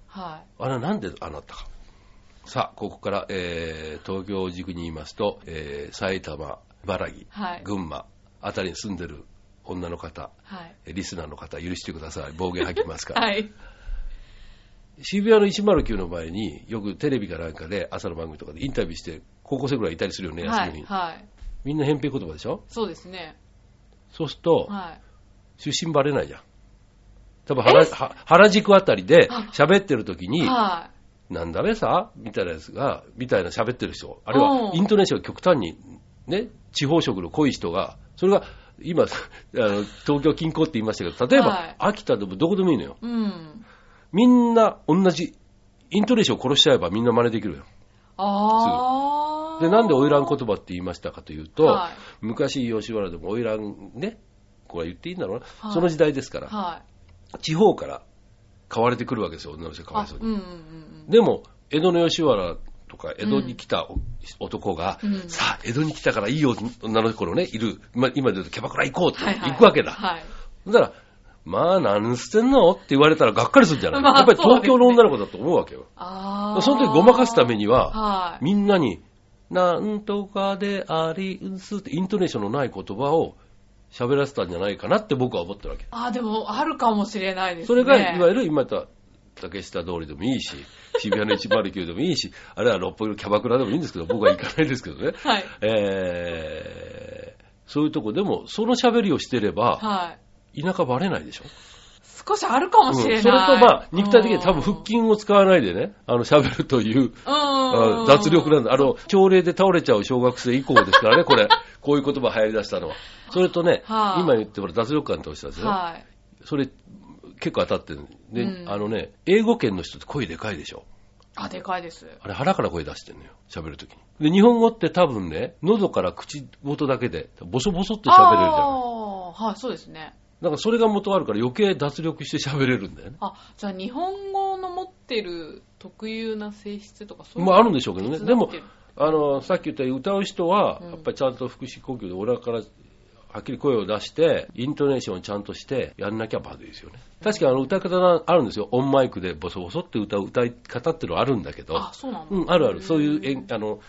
[SPEAKER 1] は
[SPEAKER 2] あれなんであなったか。さあ、ここから、えー、東京を軸に言いますと、えー、埼玉、茨城
[SPEAKER 1] い。、はい。
[SPEAKER 2] 群馬あたりに住んでる女の方、
[SPEAKER 1] はい。
[SPEAKER 2] リスナーの方、許してください。暴言吐きますから。
[SPEAKER 1] <laughs> はい。
[SPEAKER 2] 渋谷の109の前によくテレビかなんかで朝の番組とかでインタビューして高校生ぐらいいたりするよね、
[SPEAKER 1] は
[SPEAKER 2] 休み
[SPEAKER 1] い。
[SPEAKER 2] に。
[SPEAKER 1] はい。
[SPEAKER 2] みんな扁平言葉でしょ
[SPEAKER 1] そうですね。
[SPEAKER 2] そうすると、
[SPEAKER 1] はい。
[SPEAKER 2] 出身バレないじゃん。多分原は原宿あたりで喋ってる時に、
[SPEAKER 1] は
[SPEAKER 2] なんだべさみたいなやつが、みたいな喋ってる人、あるいは
[SPEAKER 1] うん
[SPEAKER 2] イントネーションが極端に、ね、地方色の濃い人が、それが今、 <laughs> あの東京近郊って言いましたけど、例えば、
[SPEAKER 1] はい
[SPEAKER 2] 秋田でもどこでもいいのよ。
[SPEAKER 1] い。うん。
[SPEAKER 2] みんな同じ、イントネーションを殺しちゃえばみんな真似できるよ。
[SPEAKER 1] ああ。
[SPEAKER 2] で、なんで花魁言葉って言いましたかというと、
[SPEAKER 1] はい
[SPEAKER 2] 昔吉原でも花魁ね、これは言っていいんだろうな、
[SPEAKER 1] はい
[SPEAKER 2] その時代ですから、
[SPEAKER 1] はい。
[SPEAKER 2] 地方から買われてくるわけですよ、女の人がかわ
[SPEAKER 1] あ
[SPEAKER 2] いそう
[SPEAKER 1] う
[SPEAKER 2] に。
[SPEAKER 1] んうんうん
[SPEAKER 2] でも、江戸の吉原とか、江戸に来たお男が、
[SPEAKER 1] うん
[SPEAKER 2] さあ、江戸に来たからいい女の子のね、いる、ま今で言うとキャバクラ行こうって、
[SPEAKER 1] うん。はい。はい
[SPEAKER 2] 行くわけだ。
[SPEAKER 1] はい。
[SPEAKER 2] だから、まあ、何してんのって言われたらがっかりするんじゃない、
[SPEAKER 1] まあ
[SPEAKER 2] やっぱり
[SPEAKER 1] そう
[SPEAKER 2] 東
[SPEAKER 1] ですね
[SPEAKER 2] 京の女の子だと思うわけよ。
[SPEAKER 1] ああ。
[SPEAKER 2] その時ごまかすためには、
[SPEAKER 1] はい。
[SPEAKER 2] みんなに、なんとかでありんすって、イントネーションのない言葉を喋らせたんじゃないかなって僕は思ってるわけ。
[SPEAKER 1] ああ、でも、あるかもしれないですね。
[SPEAKER 2] それが、いわゆ
[SPEAKER 1] る。
[SPEAKER 2] る今言った竹下通りでもいい
[SPEAKER 1] <laughs>
[SPEAKER 2] し、渋谷の109でもいいし、あるいは六本木のキャバクラでもいいんですけど、僕は行かないですけどね。
[SPEAKER 1] はい。
[SPEAKER 2] えー、そういうとこでも、その喋りをしてれば、
[SPEAKER 1] はい。
[SPEAKER 2] 田舎バレないでしょ。
[SPEAKER 1] 少しあるか
[SPEAKER 2] う
[SPEAKER 1] も
[SPEAKER 2] ん
[SPEAKER 1] し
[SPEAKER 2] そ
[SPEAKER 1] れな
[SPEAKER 2] れ
[SPEAKER 1] い。
[SPEAKER 2] とまあ、肉体的には多分腹筋を使わないでね、あの、喋るという
[SPEAKER 1] うん。う
[SPEAKER 2] あ
[SPEAKER 1] ん。
[SPEAKER 2] 脱力なんだ。あの、朝礼で倒れちゃう小学生以降ですからね、これ。こういう言葉流行り出したのは。それとね、
[SPEAKER 1] はい
[SPEAKER 2] 今言ってもら脱力感っておっしゃるんですね。
[SPEAKER 1] はい。
[SPEAKER 2] それ、結構当たってる。で、
[SPEAKER 1] うん
[SPEAKER 2] あのね、英語圏の人って声でかいでしょ。
[SPEAKER 1] あ、でかいです。
[SPEAKER 2] あれ腹から声出してんのよ、喋るときに。で、日本語って多分ね、喉から口元だけで、ボソボソって喋れるじゃ
[SPEAKER 1] あ
[SPEAKER 2] ん。
[SPEAKER 1] あ、はい、そうですね。
[SPEAKER 2] だからそれが元あるから余計脱力して喋れるんだよね。
[SPEAKER 1] あ、じゃあ日本語の持ってる特有な性質とかそういう
[SPEAKER 2] まああるんでしょうけどね。で
[SPEAKER 1] 手伝っ
[SPEAKER 2] も
[SPEAKER 1] てる、
[SPEAKER 2] あの、さっき言ったように歌う人は、
[SPEAKER 1] うん
[SPEAKER 2] やっぱりちゃんと腹式呼吸でお腹からはっきり声を出して、イントネーションをちゃんとして、やんなきゃまずいですよね。確かにあの歌い方があるんですよ。オンマイクでボソボソって歌う歌い方っていうのはあるんだけど
[SPEAKER 1] あ、、そうなの
[SPEAKER 2] うん、あるある。そういう演
[SPEAKER 1] 演
[SPEAKER 2] あの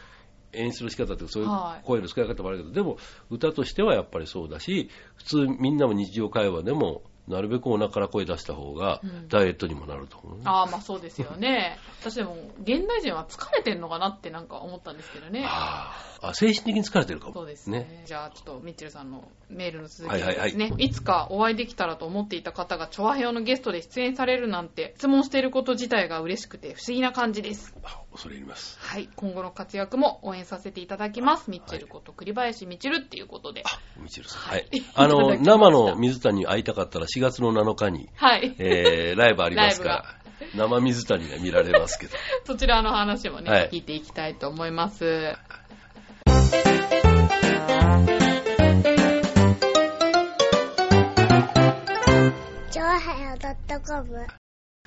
[SPEAKER 2] 演出の仕方とか、そういう
[SPEAKER 1] はい
[SPEAKER 2] 声の使い方もあるけど、でも歌としてはやっぱりそうだし、普通みんなも日常会話でも、なるべくお腹から声出した方が
[SPEAKER 1] うん、
[SPEAKER 2] ダイエットにもなると思うね、
[SPEAKER 1] ああ、まあそうですよね。 <laughs> 私でも、現代人は疲れてるのかなってなんか思ったんですけどね。
[SPEAKER 2] あーあ、精神的に疲れてるかも。
[SPEAKER 1] そうですね。じゃあ、ちょっと、ミッチェルさんのメールの続き
[SPEAKER 2] は
[SPEAKER 1] で
[SPEAKER 2] い
[SPEAKER 1] すね。
[SPEAKER 2] はいいはい
[SPEAKER 1] つかお会いできたらと思っていた方が、チョアヘヨのゲストで出演されるなんて、質問していること自体が嬉しくて不思議な感じです。
[SPEAKER 2] あ恐れ入ります。
[SPEAKER 1] はい。今後の活躍も応援させていただきます。ミッチェルこと栗林ミッチェルっていうことで。
[SPEAKER 2] あ、みちるさん。はい
[SPEAKER 1] <laughs> はい。
[SPEAKER 2] あ
[SPEAKER 1] いた
[SPEAKER 2] の、
[SPEAKER 1] だきました
[SPEAKER 2] 生の水谷に会いたかったら4月の7日に、
[SPEAKER 1] はい。
[SPEAKER 2] え
[SPEAKER 1] <laughs>
[SPEAKER 2] ー、ライブありますから、生水谷が見られますけど。 <laughs>
[SPEAKER 1] そちらの話もね、
[SPEAKER 2] はい
[SPEAKER 1] 聞いていきたいと思います。
[SPEAKER 3] ちょわはよ .com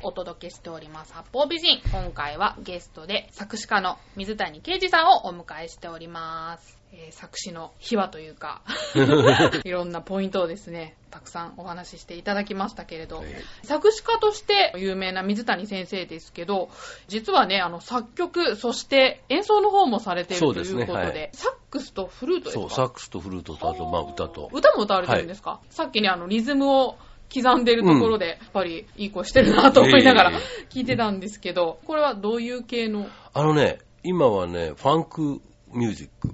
[SPEAKER 1] お届けしております。八方美人。今回はゲストで作詞家の水谷啓二さんをお迎えしております。えー作詞の秘話というか、 <laughs> いろんなポイントをですね、たくさんお話ししていただきましたけれど、
[SPEAKER 2] え
[SPEAKER 1] 作詞家として有名な水谷先生ですけど、実はね、あの、作曲、そして演奏の方もされている
[SPEAKER 2] そう
[SPEAKER 1] と
[SPEAKER 2] です
[SPEAKER 1] いう
[SPEAKER 2] ね
[SPEAKER 1] ことで、
[SPEAKER 2] はい
[SPEAKER 1] サックスとフルート
[SPEAKER 2] ー
[SPEAKER 1] ですか
[SPEAKER 2] そう、サックスとフルートと、あと、まあ、歌と。
[SPEAKER 1] 歌も歌われてるんですか、さっきね、あの、リズムを刻んでるところで、やっぱりいい声してるなと思いながら
[SPEAKER 2] いえい
[SPEAKER 1] 聞いてたんですけど、これはどういう系の
[SPEAKER 2] あのね、今はね、ファンクミュージック。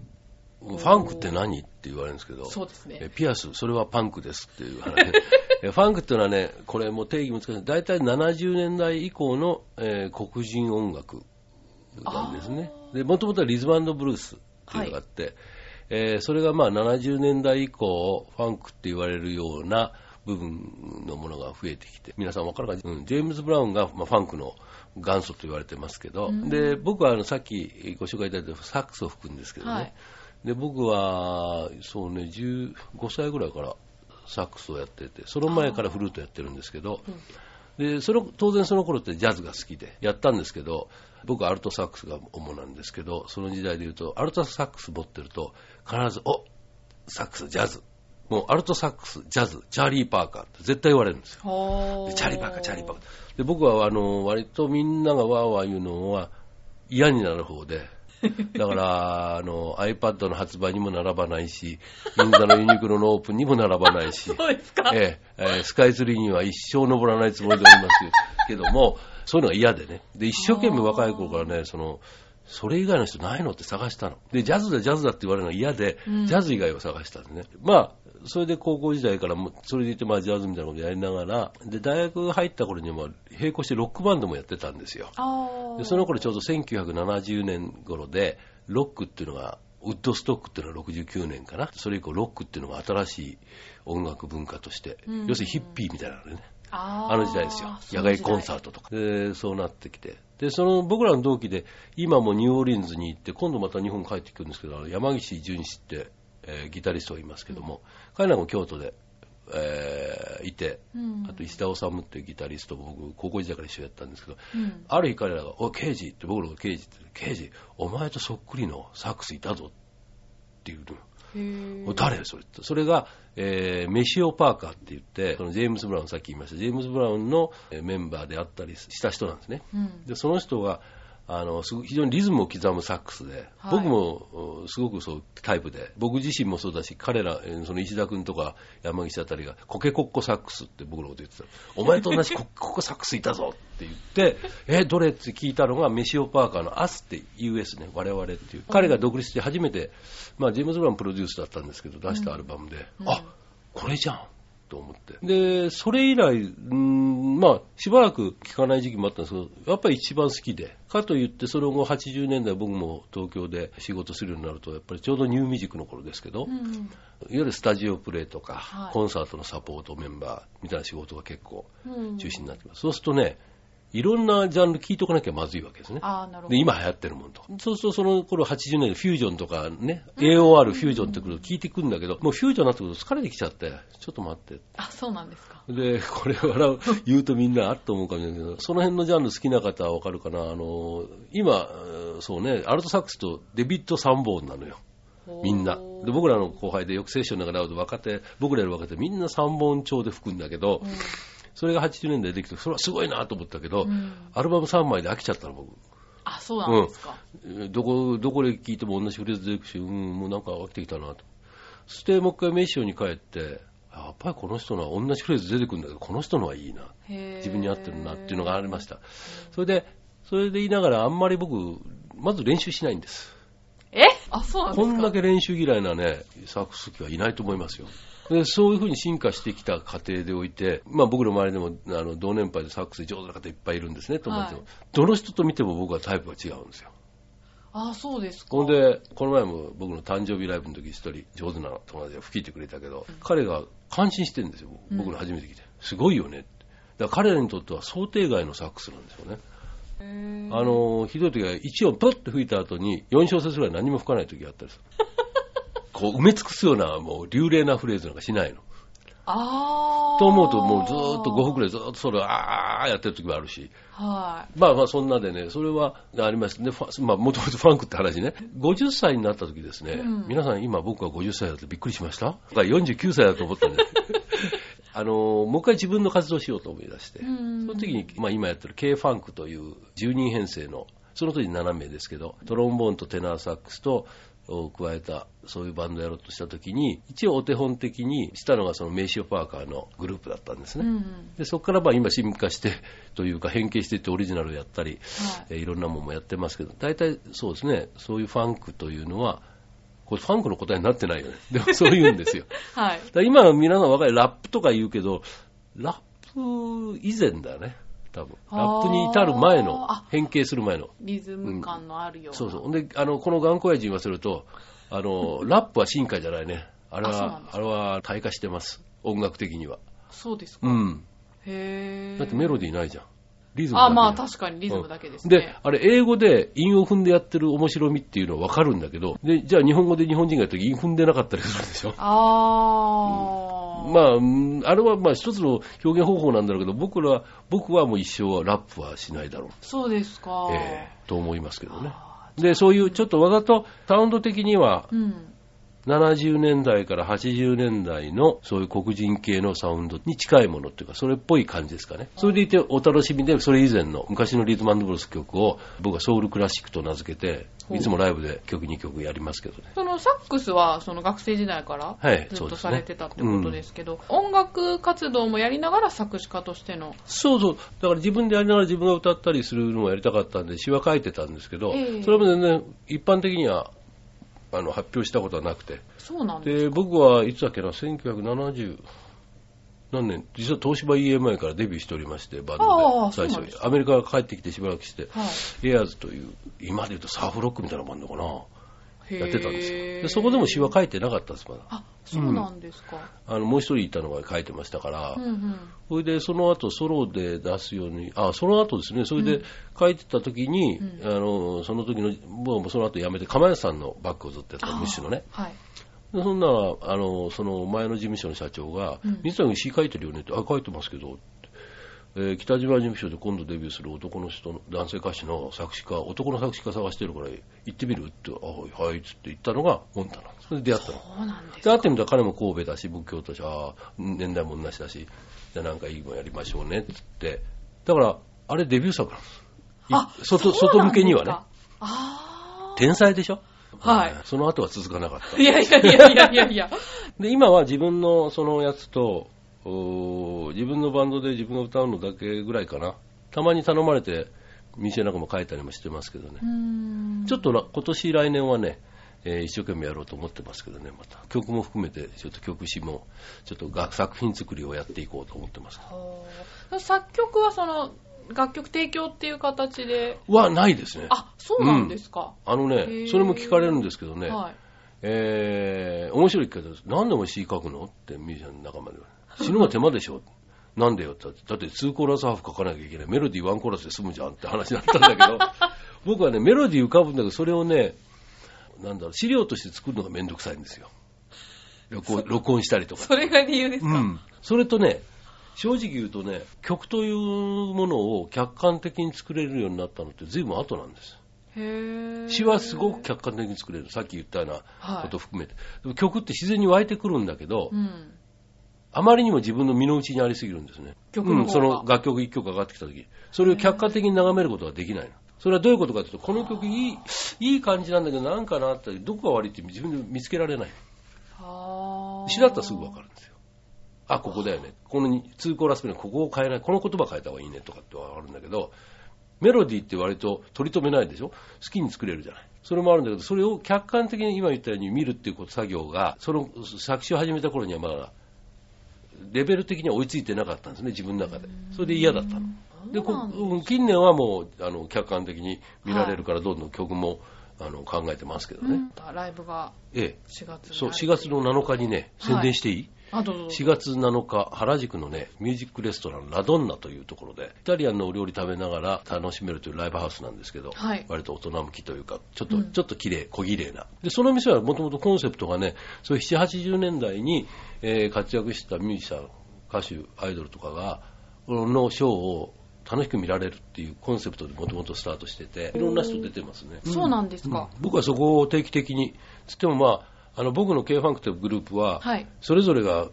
[SPEAKER 2] ファンクって何って言われるんですけど、
[SPEAKER 1] そうですね
[SPEAKER 2] えピアス、それはパンクですって
[SPEAKER 1] <laughs>
[SPEAKER 2] いう話えファンクっていうのはね、これもう定義難しい。大体70年代以降の、えー黒人音楽なんですね。で、もともとはリズムブルースっていうのがあって、えーそれがまあ70年代以降、ファンクって言われるような部分のものが増えてきて、皆さん分かるかな、うん、ジェームズ・ブラウンが、まあ、ファンクの元祖と言われてますけど、で、僕はあのさっきご紹介いただいたサックスを吹くんですけどね、
[SPEAKER 1] はい
[SPEAKER 2] で、僕は、そうね、15歳ぐらいからサックスをやってて、その前からフルートやってるんですけど、でその当然その頃ってジャズが好きでやったんですけど僕はアルトサックスが主なんですけどその時代で言うとアルトサックス持ってると必ず「おサックスジャズ」もうアルトサックスジャズチャーリー・パーカーって絶対言われるんですよ
[SPEAKER 1] ほ
[SPEAKER 2] でチャリパーカー、チャリパーカー。で、僕は、あの、割とみんながわーわー言うのは嫌になる方で、だから、あの、iPad の発売にも並ばないし、銀座のユニクロのオープンにも並ばないし、
[SPEAKER 1] <laughs> そうですか。
[SPEAKER 2] ええええスカイツリーには一生登らないつもりでおります
[SPEAKER 1] <laughs>
[SPEAKER 2] けども、そういうのが嫌でね。で、一生懸命若い頃からね、その、それ以外の人ないのって探したの。で、ジャズだ、ジャズだって言われるのが嫌で、
[SPEAKER 1] うん
[SPEAKER 2] ジャズ以外を探したんでね。まあ、それで高校時代からも、それでいて、まあ、ジャズみたいなことやりながら、で、大学入った頃にも、並行してロックバンドもやってたんですよ。
[SPEAKER 1] ああ。
[SPEAKER 2] でその頃ちょうど1970年頃で、ロックっていうのが、ウッドストックっていうのは69年かな。それ以降、ロックっていうのが新しい音楽文化として、
[SPEAKER 1] うん
[SPEAKER 2] 要するにヒッピーみたいなのね、
[SPEAKER 1] あー
[SPEAKER 2] あの時代ですよ。野外コンサー。
[SPEAKER 1] そ
[SPEAKER 2] ト
[SPEAKER 1] の時代
[SPEAKER 2] とか。で、そうなってきて。で、その僕らの同期で、今もニューオーリンズに行って、今度また日本帰ってくるんですけど、あの山岸淳一って、えーギタリストがいますけども、彼らも京都で、えーいて、
[SPEAKER 1] うん
[SPEAKER 2] あと石田治っていうギタリストも僕、高校時代から一緒やったんですけど、
[SPEAKER 1] うん
[SPEAKER 2] ある日彼らが、おい、刑事って、僕らが刑事って、刑事、お前とそっくりのサックスいたぞっていうの。
[SPEAKER 1] へー
[SPEAKER 2] 誰それってそれが、えーメシオ・パーカーって言って、そのジェームス・ブラウン、さっき言いました、ジェームス・ブラウンのえーメンバーであったりした人なんですね。
[SPEAKER 1] うん。
[SPEAKER 2] で、その人が、あの、すご非常にリズムを刻むサックスで、
[SPEAKER 1] はい
[SPEAKER 2] 僕もおすごくそうタイプで、僕自身もそうだし、彼ら、えーその石田君とか山岸あたりが、コケコッコサックスって僕のこと言
[SPEAKER 1] <laughs>
[SPEAKER 2] ってたのお前と同じコケコッコサックスいたぞって言って、え、どれって聞いたのが、メシオパーカーのアスって US ね、我々っていう。彼が独立して初めて、まあ、ジェームズ・ブラウンプロデュースだったんですけど、出したアルバムで、
[SPEAKER 1] うん
[SPEAKER 2] あこれじゃんと思って。で、それ以来、うーんまあ、しばらく聴かない時期もあったんですけど、やっぱり一番好きで、かといって、その後80年代僕も東京で仕事するようになると、やっぱりちょうどニューミュージックの頃ですけど、
[SPEAKER 1] う
[SPEAKER 2] いわ
[SPEAKER 1] ん。
[SPEAKER 2] ゆるスタジオプレイとか、
[SPEAKER 1] はい
[SPEAKER 2] コンサートのサポートメンバーみたいな仕事が結構
[SPEAKER 1] うん
[SPEAKER 2] 中心になってます。そうするとね、いろんなジャンル聴いとかなきゃまずいわけですね。
[SPEAKER 1] ああ、なるほど。
[SPEAKER 2] で、今流行ってるもんと。そうするとその頃80年代フュージョンとかね、AOR フュージョンってくると聞いてくるんだけど、もうフュージョンになってくると疲れてきちゃって、ちょっと待って。
[SPEAKER 1] あ、そうなんですか。
[SPEAKER 2] で、これから言うとみんなあっと思うかもしれないけど、その辺のジャンル好きな方はわかるかな。あの、今、えーそうね、アルトサックスとデビッド・サンボーンなのよ。みんな。で、僕
[SPEAKER 1] ら、
[SPEAKER 2] らの後輩で抑制書の中で会うと若手、僕らより若手、みんな三本調で吹くんだけど、
[SPEAKER 1] うん
[SPEAKER 2] それが80年代できて、それはすごいなと思ったけど、
[SPEAKER 1] うん
[SPEAKER 2] アルバム3枚で飽きちゃったの僕。
[SPEAKER 1] あ、そうなんですか。
[SPEAKER 2] えーどこ、どこで聞いても同じフレーズ出てくるし、うん、もうなんか飽きてきたなと。そしてもう一回名刺に帰って、あやっぱりこの人のは同じフレーズ出てくるんだけど、この人のはいいな。
[SPEAKER 1] 自
[SPEAKER 2] 自分に合ってるなっていうのがありました。それで、それで言いながらあんまり僕、まず練習しないんです。
[SPEAKER 1] えあ、そうなんです
[SPEAKER 2] こ
[SPEAKER 1] か。
[SPEAKER 2] んだけ練習嫌いなね、サックス機はいないと思いますよ。でそういうふうに進化してきた過程でおいて、まあ、僕の周りでもあの同年配でサックス上手な方いっぱいいるんですね、友達でも、
[SPEAKER 1] は
[SPEAKER 2] どの人と見ても僕はタイプが違うんですよ。
[SPEAKER 1] あ、そうですか。
[SPEAKER 2] ほんで、この前も僕の誕生日ライブの時一人上手な友達が吹いてくれたけど、彼が感心してるんですよ、
[SPEAKER 1] うん
[SPEAKER 2] 僕の初めて来て。すごいよねって。だから彼らにとっては想定外のサックスなんですよね。
[SPEAKER 1] へー、
[SPEAKER 2] あのー、ひどい時は1音プッと吹いた後に4小節ぐらい何も吹かない時があったり
[SPEAKER 1] <laughs>
[SPEAKER 2] する。こう埋め尽くすような、もう流麗なフレーズなんかしないの。
[SPEAKER 1] あー
[SPEAKER 2] と思うともうずーっと5分くらいずーっとそれあーやってる時もあるし。
[SPEAKER 1] は
[SPEAKER 2] まあまあそんなでね、それはありましたね。ファまあもともとファンクって話ね。50歳になった時ですね、
[SPEAKER 1] うん
[SPEAKER 2] 皆さん今僕が50歳だとびっくりしましただから ?49 歳だと思った
[SPEAKER 1] <laughs>
[SPEAKER 2] んで。あのーもう一回自分の活動しようと思い出して、
[SPEAKER 1] うん
[SPEAKER 2] その時に、まあ、今やってる K-FUNK という10人編成の、その時に7名ですけど、トロンボーンとテナーサックスと、を加えた、そういうバンドやろうとした時に、一応お手本的にしたのがそのメイシオ・パーカーのグループだったんです
[SPEAKER 1] い。う
[SPEAKER 2] ね。
[SPEAKER 1] んうん。
[SPEAKER 2] でそこからまあ今進化してというか変形していってオリジナルをやったり、
[SPEAKER 1] はい
[SPEAKER 2] えーいろんなものもやってますけど大体そうですねそういうファンクというのはこれファンクの答えになってないよねでもそう言うんですよ
[SPEAKER 1] <laughs>
[SPEAKER 2] だか
[SPEAKER 1] はい。
[SPEAKER 2] ら今の皆さん若いラップとか言うけどラップ以前だね多分ラップに至る前の
[SPEAKER 1] あー
[SPEAKER 2] 変形する前の
[SPEAKER 1] リズム感のあるような。
[SPEAKER 2] そうそう。ほんで、あの、この頑固親父に言わせると、あ
[SPEAKER 1] <laughs>
[SPEAKER 2] の、ラップは進化じゃないね。あれ
[SPEAKER 1] あそうなん
[SPEAKER 2] は
[SPEAKER 1] で、す
[SPEAKER 2] あれは退化してます。音楽的には。
[SPEAKER 1] そうですか。
[SPEAKER 2] うん。
[SPEAKER 1] へー
[SPEAKER 2] だってメロディーないじゃん。リズムだけ
[SPEAKER 1] あ、まあ
[SPEAKER 2] じゃん
[SPEAKER 1] 確かにリズムだけですね。
[SPEAKER 2] で、あれ、英語で韻を踏んでやってる面白みっていうのは分かるんだけど、で、じゃあ日本語で日本人がやった時韻踏んでなかったりするでしょ。
[SPEAKER 1] あ
[SPEAKER 2] まあうん、あれはまあ一つの表現方法なんだろうけど、僕ら、僕はもう一生ラップはしないだろう、
[SPEAKER 1] そうですか。
[SPEAKER 2] ええと思いますけどね。
[SPEAKER 1] あー
[SPEAKER 2] で、そういうちょっとわざとサウンド的には
[SPEAKER 1] うん。
[SPEAKER 2] 70年代から80年代のそういう黒人系のサウンドに近いものっていうか、それっぽい感じですかね。それでいてお楽しみで、それ以前の昔のリズムブルース曲を僕はソウルクラシックと名付けて、
[SPEAKER 1] ほう
[SPEAKER 2] いつもライブで曲2曲やりますけどね。
[SPEAKER 1] そのサックスはその学生時代から
[SPEAKER 2] はい
[SPEAKER 1] ず
[SPEAKER 2] そ
[SPEAKER 1] っ
[SPEAKER 2] うで
[SPEAKER 1] と
[SPEAKER 2] す
[SPEAKER 1] さ
[SPEAKER 2] ね
[SPEAKER 1] れてたってことですけど、音楽活動もやりながら作詞家としての、
[SPEAKER 2] そうそう。だから自分でやりながら自分が歌ったりするのをやりたかったんで、詩は書いてたんですけど、
[SPEAKER 1] ええ
[SPEAKER 2] それも全然一般的にはあの発表したことはなくて。
[SPEAKER 1] そうなんです。
[SPEAKER 2] で、僕はいつだっけな、1970何年、実は東芝 EMI からデビューしておりまして、バン
[SPEAKER 1] あ
[SPEAKER 2] ド
[SPEAKER 1] あ
[SPEAKER 2] で。最
[SPEAKER 1] そうなん
[SPEAKER 2] 初
[SPEAKER 1] です、
[SPEAKER 2] アメリカから帰ってきてしばらくして、
[SPEAKER 1] はい
[SPEAKER 2] エアーズという、今で言うとサーフロックみたいなバンドかな、
[SPEAKER 1] へー
[SPEAKER 2] やってたんですよ。でそこでも詩は書いてなかったんです、まだ。
[SPEAKER 1] あ、そうなんですか。
[SPEAKER 2] あの、もう一人いたのが書いてましたから
[SPEAKER 1] うん、うん。
[SPEAKER 2] それでその後ソロで出すように、あその後ですね、それ
[SPEAKER 1] うん
[SPEAKER 2] で書いてた時に、
[SPEAKER 1] うん
[SPEAKER 2] あのその時の、もうその後辞めて、釜谷さんのバッグをずっとやってた、
[SPEAKER 1] あー
[SPEAKER 2] ムッシュのね、
[SPEAKER 1] はい。
[SPEAKER 2] でそんならあのその前の事務所の社長が
[SPEAKER 1] うん、
[SPEAKER 2] 水谷詩書いてるよねって、あ書いてますけどって。えー北島事務所で今度デビューする男の人の男性歌手の作詞家男の作詞家探してるから行ってみるってあはいはいっつって言ったのがモンタなんですそれで出会ったの
[SPEAKER 1] そうなんです
[SPEAKER 2] で、
[SPEAKER 1] か。
[SPEAKER 2] 会ってみたら彼も神戸だし、仏教徒だし、ああ、年代も同じだし、じゃあなんかいいもんやりましょうねってって。だから、あれデビュー作なんです。い
[SPEAKER 1] あ、
[SPEAKER 2] 外、
[SPEAKER 1] そう
[SPEAKER 2] 外
[SPEAKER 1] なん
[SPEAKER 2] 向
[SPEAKER 1] ですか
[SPEAKER 2] けにはね。。
[SPEAKER 1] あ
[SPEAKER 2] 天才でしょ
[SPEAKER 1] はい
[SPEAKER 2] うんその後は続かなかっ
[SPEAKER 1] あ。いやいやいやいやいやいや。 <laughs>
[SPEAKER 2] た。で、今は自分のそのやつと、おー自分のバンドで自分が歌うのだけぐらいかな。たまに頼まれて、店なんかも書いたりもしてますけどね。
[SPEAKER 1] うーん
[SPEAKER 2] ちょっとら今年来年はね、えー一生懸命やろうと思ってますけどね、また曲も含めて、ちょっと曲詞も、ちょっとが作品作りをやっていこうと思ってます。
[SPEAKER 1] ほう作曲はその、楽曲提供っていう形で、
[SPEAKER 2] はないですね。あ
[SPEAKER 1] あ、そうなんですか。
[SPEAKER 2] の
[SPEAKER 1] へー
[SPEAKER 2] ね、それも聞かれるんですけどね、
[SPEAKER 1] はい。
[SPEAKER 2] えー面白い聞き方です。なんでおいしい書くのってミュージシャンの仲間で。死ぬが手間でしょ。なんでよって。だって2コーラスハーフ書かなきゃいけない。メロディー1コーラスで済むじゃんって話だったんだけど、僕はね、メロディー浮かぶんだけど、それをね、なんだろう、資料として作るのがめんどくさいんですよ。録音録音したりとか。
[SPEAKER 1] それが理由ですか。
[SPEAKER 2] うん。それとね、正直言うとね、曲というものを客観的に作れるようになったのって随分後なんです。
[SPEAKER 1] へー
[SPEAKER 2] 詩はすごく客観的に作れる。さっき言ったようなこと含めて。でも曲って自然に湧いてくるんだけど、
[SPEAKER 1] うん。
[SPEAKER 2] あまりにも自分の身の内にありすぎるんですね。
[SPEAKER 1] 曲の方が
[SPEAKER 2] うん、その楽曲一曲上がってきた時、それを客観的に眺めることができないの。それはどういうことかというと、この曲いい、いい感じなんだけど、なんかなって、どこが悪いって自分で見つけられない。
[SPEAKER 1] あー
[SPEAKER 2] 詩だったらすぐわかるんですよ。あ、ここだよね。この2コーラス目のここを変えない。この言葉変えた方がいいねとかってわかるんだけど、メロディーって割と取り留めないでしょ好きに作れるじゃない。それもあるんだけど、それを客観的に今言ったように見るっていうこと作業が、その作詞を始めた頃にはまだ、レベル的には追いついてなかったんですね、自分の中で。それで嫌だったの。で
[SPEAKER 1] そう
[SPEAKER 2] こ
[SPEAKER 1] なんだ
[SPEAKER 2] うん近年はもうあの客観的に見られるから、どんどん曲もあの考えてますけど
[SPEAKER 1] う
[SPEAKER 2] ね。
[SPEAKER 1] んライブが
[SPEAKER 2] ええ、
[SPEAKER 1] 4月に
[SPEAKER 2] そう、4月の7日にね、宣伝していい
[SPEAKER 1] あ、どうぞどうぞ。
[SPEAKER 2] 4月7日、原宿のね、ミュージックレストラン、ラドンナというところで、イタリアンのお料理食べながら楽しめるというライブハウスなんですけど、
[SPEAKER 1] はい
[SPEAKER 2] 割と大人向きというか、ちょっと、
[SPEAKER 1] うん
[SPEAKER 2] ちょっと綺麗、小綺麗な。で、その店はもともとコンセプトがね、そういう7、80年代に、えー活躍したミュージシャン、歌手、アイドルとかが、のショーを楽しく見られるっていうコンセプトでもともとスタートしてて、いろんな人出てますね。
[SPEAKER 1] そうなんですか。
[SPEAKER 2] 僕はそこを定期的に、つってもまあ、あの僕の K-FUNK というグループは、
[SPEAKER 1] はい
[SPEAKER 2] それぞれが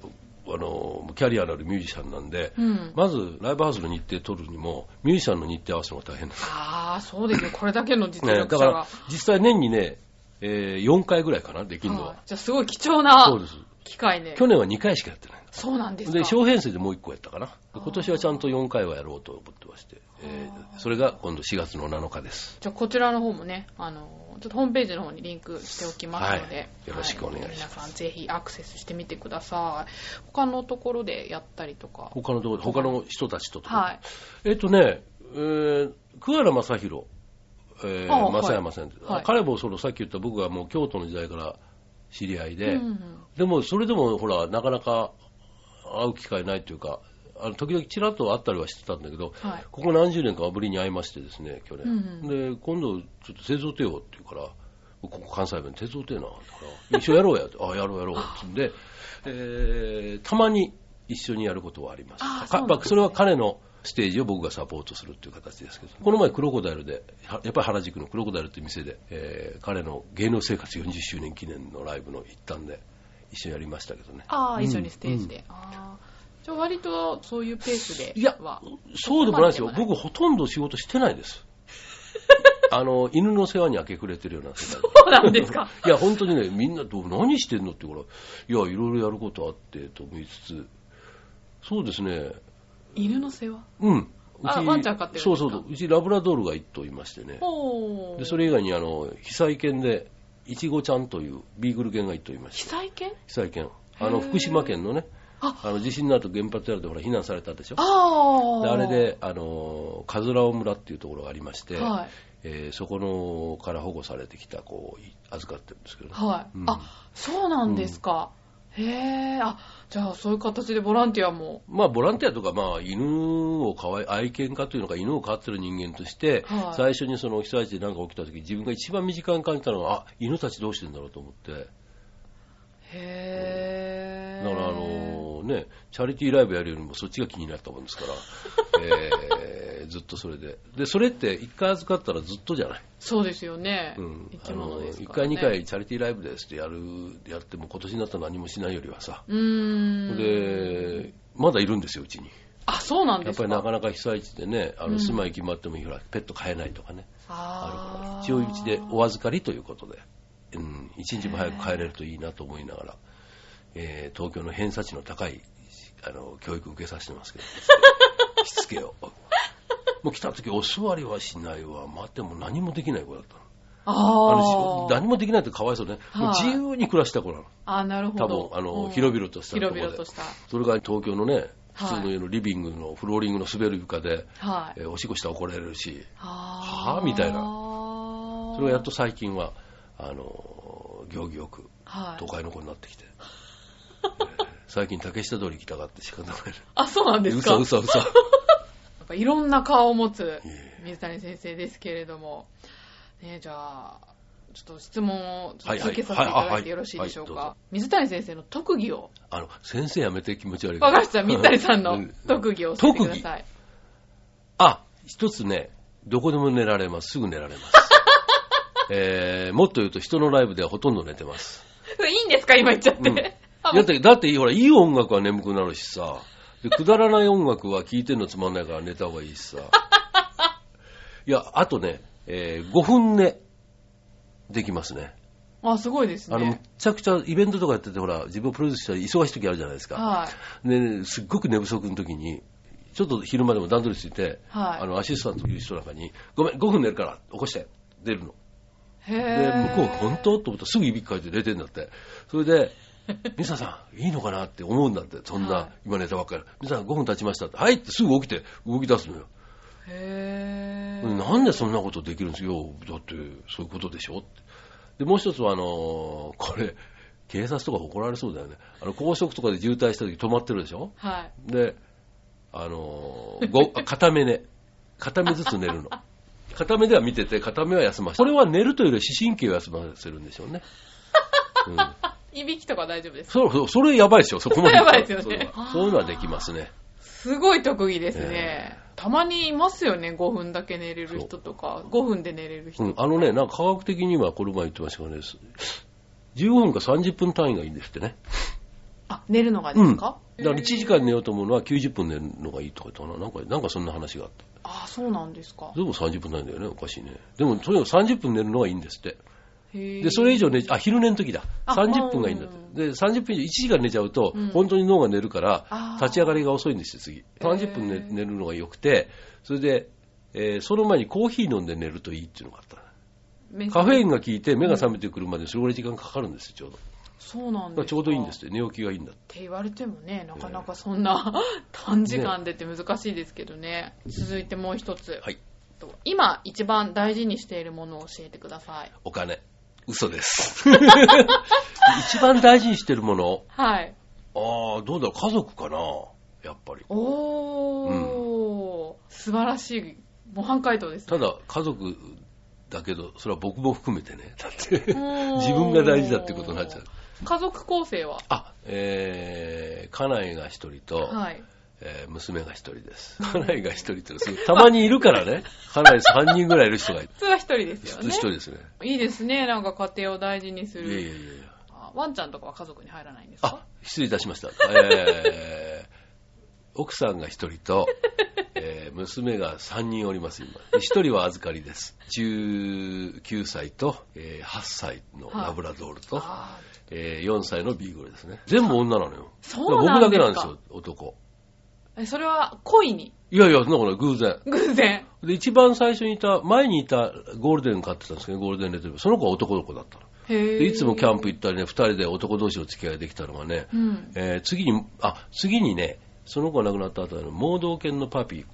[SPEAKER 2] あのキャリアのあるミュージシャンなんで、
[SPEAKER 1] うん
[SPEAKER 2] まずライブハウスの日程取るにも、ミュージシャンの日程合わせるのが大変です、
[SPEAKER 1] ああ、そうですよ。これだけの実
[SPEAKER 2] ね、だ
[SPEAKER 1] 力
[SPEAKER 2] か
[SPEAKER 1] 者
[SPEAKER 2] ら
[SPEAKER 1] が。
[SPEAKER 2] 実際年にね、え4回ぐらいかな、できるの
[SPEAKER 1] はい
[SPEAKER 2] は。
[SPEAKER 1] じゃあ、すごい貴重な
[SPEAKER 2] そうです
[SPEAKER 1] 機会ね。
[SPEAKER 2] 去年は2回しかやってない。
[SPEAKER 1] そうなんですか。
[SPEAKER 2] で、小編成でもう1個やったかな。で今年はちゃんと4回はやろうと思ってまして、えーそれが今度4月の7日です。
[SPEAKER 1] じゃあこちらの方もね、あの、ちょっとホームページの方にリンクしておきますので、
[SPEAKER 2] はいよろしくお願いします
[SPEAKER 1] 皆さんぜひアクセスしてみてください。他のところでやったりとか。
[SPEAKER 2] 他のところ、他の人たちととか
[SPEAKER 1] はい。
[SPEAKER 2] えっとね、えー、桑原正宏、えー、
[SPEAKER 1] ああ
[SPEAKER 2] 正山さん、
[SPEAKER 1] はいはい
[SPEAKER 2] 彼もそのさっき言った僕がもう京都の時代から知り合いで、
[SPEAKER 1] うんうん
[SPEAKER 2] でもそれでもほら、なかなか会う機会ないというか、あの時々ちらっと会ったりはしてたんだけど、
[SPEAKER 1] はい
[SPEAKER 2] ここ何十年かぶりに会いましてですね、去年。
[SPEAKER 1] うん
[SPEAKER 2] で、今度ちょっと製造手をっていうから、ここ関西弁、鉄道ってえな、だから、一緒やろうやって、 <laughs> あやろうやろうってんで、えーたまに一緒にやることはあります。
[SPEAKER 1] あー
[SPEAKER 2] か
[SPEAKER 1] そうなんですね
[SPEAKER 2] まあそれは彼のステージを僕がサポートするっていう形ですけど、この前クロコダイルで、はやっぱり原宿のクロコダイルっていう店で、えー彼の芸能生活40周年記念のライブの行ったんで、一緒にやりましたけどね。
[SPEAKER 1] ああ、
[SPEAKER 2] うん
[SPEAKER 1] 一緒にステージで。ああ。じゃあ割とそういうペースで
[SPEAKER 2] いや
[SPEAKER 1] は。
[SPEAKER 2] そうでもないですよ
[SPEAKER 1] そ。こまででも
[SPEAKER 2] 僕ほとんど仕事してない
[SPEAKER 1] <laughs>
[SPEAKER 2] です。あの、犬の世話に明け暮れてるような世界で。
[SPEAKER 1] そうなんで
[SPEAKER 2] <laughs>
[SPEAKER 1] すか。
[SPEAKER 2] いや、本当にね、みんなどう何してんのって言うから、いや、いろいろやることあって、と思いつつ、そうですね、
[SPEAKER 1] 犬の世話
[SPEAKER 2] うん。
[SPEAKER 1] あワンちゃん飼ってるんですか
[SPEAKER 2] そうそうそう。うちラブラドールが一頭いましてね。
[SPEAKER 1] ほう。
[SPEAKER 2] で、それ以外に、あの、被災犬で、イチゴちゃんというビーグル犬が一頭いまして、
[SPEAKER 1] 被災犬
[SPEAKER 2] 被災犬。あ
[SPEAKER 1] へー
[SPEAKER 2] の、福島県のね、
[SPEAKER 1] あ
[SPEAKER 2] あの地震の後原発やるでほら避難されたでしょ。
[SPEAKER 1] あ
[SPEAKER 2] で
[SPEAKER 1] あ。
[SPEAKER 2] あれで、あのー、カズラオ村っていうところがありまして、
[SPEAKER 1] はい。
[SPEAKER 2] えーそこのから保護されてきた子をい預かってるんですけどね。
[SPEAKER 1] はい。
[SPEAKER 2] うん
[SPEAKER 1] あ、そうなんですか。へえ。あ、じゃあそういう形でボランティアも。
[SPEAKER 2] まあ、ボランティアとか、まあ、犬をかわい、愛犬家というのか、犬を飼ってる人間として、
[SPEAKER 1] はい
[SPEAKER 2] 最初にその被災地で何か起きた時、自分が一番身近に感じたのは、あ、犬たちどうしてんだろうと思って、
[SPEAKER 1] へえ。
[SPEAKER 2] だから、あのね、チャリティーライブやるよりもそっちが気になったもんです
[SPEAKER 1] <laughs>
[SPEAKER 2] から、えーずっとそれで。で、それって一回預かったらずっとじゃない。
[SPEAKER 1] そうですよね。
[SPEAKER 2] うん。
[SPEAKER 1] 生き物です
[SPEAKER 2] 一
[SPEAKER 1] か
[SPEAKER 2] 回
[SPEAKER 1] ら、ね。
[SPEAKER 2] 二回チャリティーライブですってやる、やっても今年になったら何もしないよりはさ。
[SPEAKER 1] うーん。
[SPEAKER 2] で、まだいるんですよ、うちに。
[SPEAKER 1] あ、そうなん
[SPEAKER 2] や
[SPEAKER 1] で
[SPEAKER 2] っ
[SPEAKER 1] すか。
[SPEAKER 2] ぱりなかなか被災地でね、あ
[SPEAKER 1] うん
[SPEAKER 2] の住まい決まってもいいから、ペット飼えないとかね、
[SPEAKER 1] あ
[SPEAKER 2] あ
[SPEAKER 1] ー
[SPEAKER 2] るから、一応うちでお預かりということで、うん、一日も早く帰れるといいなと思いながら、えー東京の偏差値の高いあの教育を受けさせてますけど、 <laughs> しつけを。もう来た時お座りはしないわ、待っても何もできない子だったの。あ
[SPEAKER 1] あ
[SPEAKER 2] の
[SPEAKER 1] ー
[SPEAKER 2] 何もできないってかわいそうね。もう
[SPEAKER 1] はい
[SPEAKER 2] 自由に暮らした子なの。
[SPEAKER 1] あー、なるほ
[SPEAKER 2] 多
[SPEAKER 1] ど。
[SPEAKER 2] 分、あの、
[SPEAKER 1] うん
[SPEAKER 2] 広々としたとこ
[SPEAKER 1] 広
[SPEAKER 2] ろ
[SPEAKER 1] 々
[SPEAKER 2] で
[SPEAKER 1] と。した。
[SPEAKER 2] それが東京のね、
[SPEAKER 1] はい
[SPEAKER 2] 普通の家のリビングのフローリングの滑る床で、
[SPEAKER 1] はい。
[SPEAKER 2] えーおしっこしたら怒られるし、
[SPEAKER 1] は
[SPEAKER 2] はあみたいな
[SPEAKER 1] な
[SPEAKER 2] それがやっと、最近は、あのー、行儀よく、
[SPEAKER 1] はい
[SPEAKER 2] 都。会の子になって
[SPEAKER 1] <laughs>
[SPEAKER 2] きて、えー最近竹下通り行きたがって仕方ない。
[SPEAKER 1] あ、そうなんですか。
[SPEAKER 2] うさうさうさ。
[SPEAKER 1] なんかいろんな顔を持つ
[SPEAKER 2] いえ
[SPEAKER 1] 水谷先生ですけれども、ね、じゃあ、ちょっと質問をちょっと続けさせていただいてよろしいでしょう
[SPEAKER 2] はいはいはいは
[SPEAKER 1] か。水谷先生の特技を、
[SPEAKER 2] あの、先生やめて気持ち悪い。
[SPEAKER 1] わかりました、水谷さん
[SPEAKER 2] <laughs> う
[SPEAKER 1] の特技を教えてください。
[SPEAKER 2] あ、一つね、どこでも寝られます。すぐ寝られ
[SPEAKER 1] <laughs>
[SPEAKER 2] ます。えー、もっと言うと人のライブではほとんど寝てます。
[SPEAKER 1] いいんですか今言っちゃって。
[SPEAKER 2] うん
[SPEAKER 1] あ
[SPEAKER 2] だって、だっていい、ほら、いい音楽は眠くなるしさ、でくだらない音楽は聴いてんのつまんないから寝た方がいいし
[SPEAKER 1] <laughs>
[SPEAKER 2] さ。いや、あとね、え5分寝できますね。
[SPEAKER 1] あ、すごいです
[SPEAKER 2] あの、むっ
[SPEAKER 1] ね。
[SPEAKER 2] ちゃくちゃイベントとかやってて、ほら、自分をプロデュースしたり忙しい時あるじゃないですか。
[SPEAKER 1] はい。
[SPEAKER 2] ね、すっごく寝不足の時に、ちょっと昼間でも段取りついて、
[SPEAKER 1] はい
[SPEAKER 2] あの、アシスタントの人なんかに、ごめん、5分寝るから、起こして、出るの。
[SPEAKER 1] へ
[SPEAKER 2] で、
[SPEAKER 1] え。
[SPEAKER 2] 向こう、本当と思ったらすぐいびきかいて寝てんだって。それで、ミサさん、いいのかなって思うんだって。そんな、
[SPEAKER 1] はい
[SPEAKER 2] 今寝たばっかり。ミサさん、5分経ちましたって。はいってすぐ起きて、動き出すのよ。
[SPEAKER 1] へえ。
[SPEAKER 2] なんでそんなことできるんですよ。だって、そういうことでしょって。で、もう一つは、あのーこれ、警察とか怒られそうだよね。あの、高速とかで渋滞した時止まってるでしょ
[SPEAKER 1] はい。
[SPEAKER 2] で、あのーご、あ片目ね。片目ずつ寝るの。片目では見てて、片目は休ませて。これは寝るというよりは視神経を休ませるんでしょうね。うん、
[SPEAKER 1] いびきとか大丈夫ですか
[SPEAKER 2] それ、それやばいですよ、そこまで。
[SPEAKER 1] それやばいですよね
[SPEAKER 2] そうそういうのはできますね。
[SPEAKER 1] すごい特技ですね。たまにいますよね、5分だけ寝れる人とか、5分で寝れる人。
[SPEAKER 2] うん、あのね、なんか科学的にはこの前言ってましたからね、す15分か30分単位がいいんですってね。
[SPEAKER 1] あ、寝るのがで
[SPEAKER 2] うん。
[SPEAKER 1] す
[SPEAKER 2] だか
[SPEAKER 1] から
[SPEAKER 2] 1時間寝ようと思うのは90分寝るのがいいとか言ったかな。なんか、なんかそんな話があった。
[SPEAKER 1] あ、そうなんですか。
[SPEAKER 2] でも30分ないんだよね、おかしいね。でも、とにかく30分寝るのがいいんですって。
[SPEAKER 1] で
[SPEAKER 2] で、それ以上寝ちゃ、あ、昼寝の時だ。
[SPEAKER 1] あ
[SPEAKER 2] 30分がいいんだっ
[SPEAKER 1] うん
[SPEAKER 2] て。で、30分以上1時間寝ちゃうと
[SPEAKER 1] うん、
[SPEAKER 2] 本当に脳が寝るか
[SPEAKER 1] あ
[SPEAKER 2] ら、
[SPEAKER 1] ー
[SPEAKER 2] 立ち上がりが遅いんですよ、次。30分
[SPEAKER 1] へ
[SPEAKER 2] 寝
[SPEAKER 1] ー
[SPEAKER 2] 寝るのが良くて、それで、えーその前にコーヒー飲んで寝るといいっていうのがあった。カフェインが効いて目が覚めてくるまでそれぐらい時間かかるんですよ、ちょうど。だ
[SPEAKER 1] そうなん
[SPEAKER 2] か
[SPEAKER 1] で
[SPEAKER 2] ら
[SPEAKER 1] す
[SPEAKER 2] ちょうどいいんですっ
[SPEAKER 1] って
[SPEAKER 2] て、寝起きがいいんだって。
[SPEAKER 1] 言われてもね、なかなかそんな <laughs> 短時間でって難しいですけどね。続いてもう一つ。
[SPEAKER 2] はい。
[SPEAKER 1] と今一番大事にしているものを教えてください。
[SPEAKER 2] お金。嘘
[SPEAKER 1] <laughs>
[SPEAKER 2] です。一番大事にしてるもの。
[SPEAKER 1] はい。
[SPEAKER 2] ああ、どうだろう、家族かな。やっぱり。
[SPEAKER 1] おー、素晴らしい模範解答です
[SPEAKER 2] た
[SPEAKER 1] ね。
[SPEAKER 2] だ、家族だけど、それは僕も含めてね。だって、
[SPEAKER 1] おー
[SPEAKER 2] 自分が大事だってことになっちゃう。
[SPEAKER 1] 家族構成は
[SPEAKER 2] あ、えー、家内が一人と、
[SPEAKER 1] はい。
[SPEAKER 2] えー娘が一人です。 <laughs> 家内が一人ってのはすごい、たまにいるから
[SPEAKER 1] <laughs>
[SPEAKER 2] ね。家内三人ぐらいいる人がいる。
[SPEAKER 1] 普通は一人ですよ
[SPEAKER 2] 一
[SPEAKER 1] ね。
[SPEAKER 2] 人ですね。
[SPEAKER 1] いいですね。なんか家庭を大事にす
[SPEAKER 2] いやいやいや
[SPEAKER 1] る。
[SPEAKER 2] いや
[SPEAKER 1] あワンちゃんとかは家族に入らないんですか
[SPEAKER 2] あ、失礼いたしました。えー、奥さんが一人と、えー娘が三人おります、今。で一人は預かりです。19歳と、えー8歳のラブラドールと、
[SPEAKER 1] あ
[SPEAKER 2] えー4歳のビーグルですね。全部女なのよ。
[SPEAKER 1] そうなんですか
[SPEAKER 2] 僕だけなんですよ、男。
[SPEAKER 1] ーえそれは恋に
[SPEAKER 2] いやいや、そんなことない、偶然。
[SPEAKER 1] 偶然。
[SPEAKER 2] で、一番最初にいた、前にいたゴールデン飼ってたんですけど、ゴールデンレトリバー。その子は男の子だったの。
[SPEAKER 1] へー
[SPEAKER 2] で、いつもキャンプ行ったりね、二人で男同士の付き合いができたのがね、
[SPEAKER 1] うん。
[SPEAKER 2] えー次に、あ、次にね、その子が亡くなった後の、盲導犬のパピー、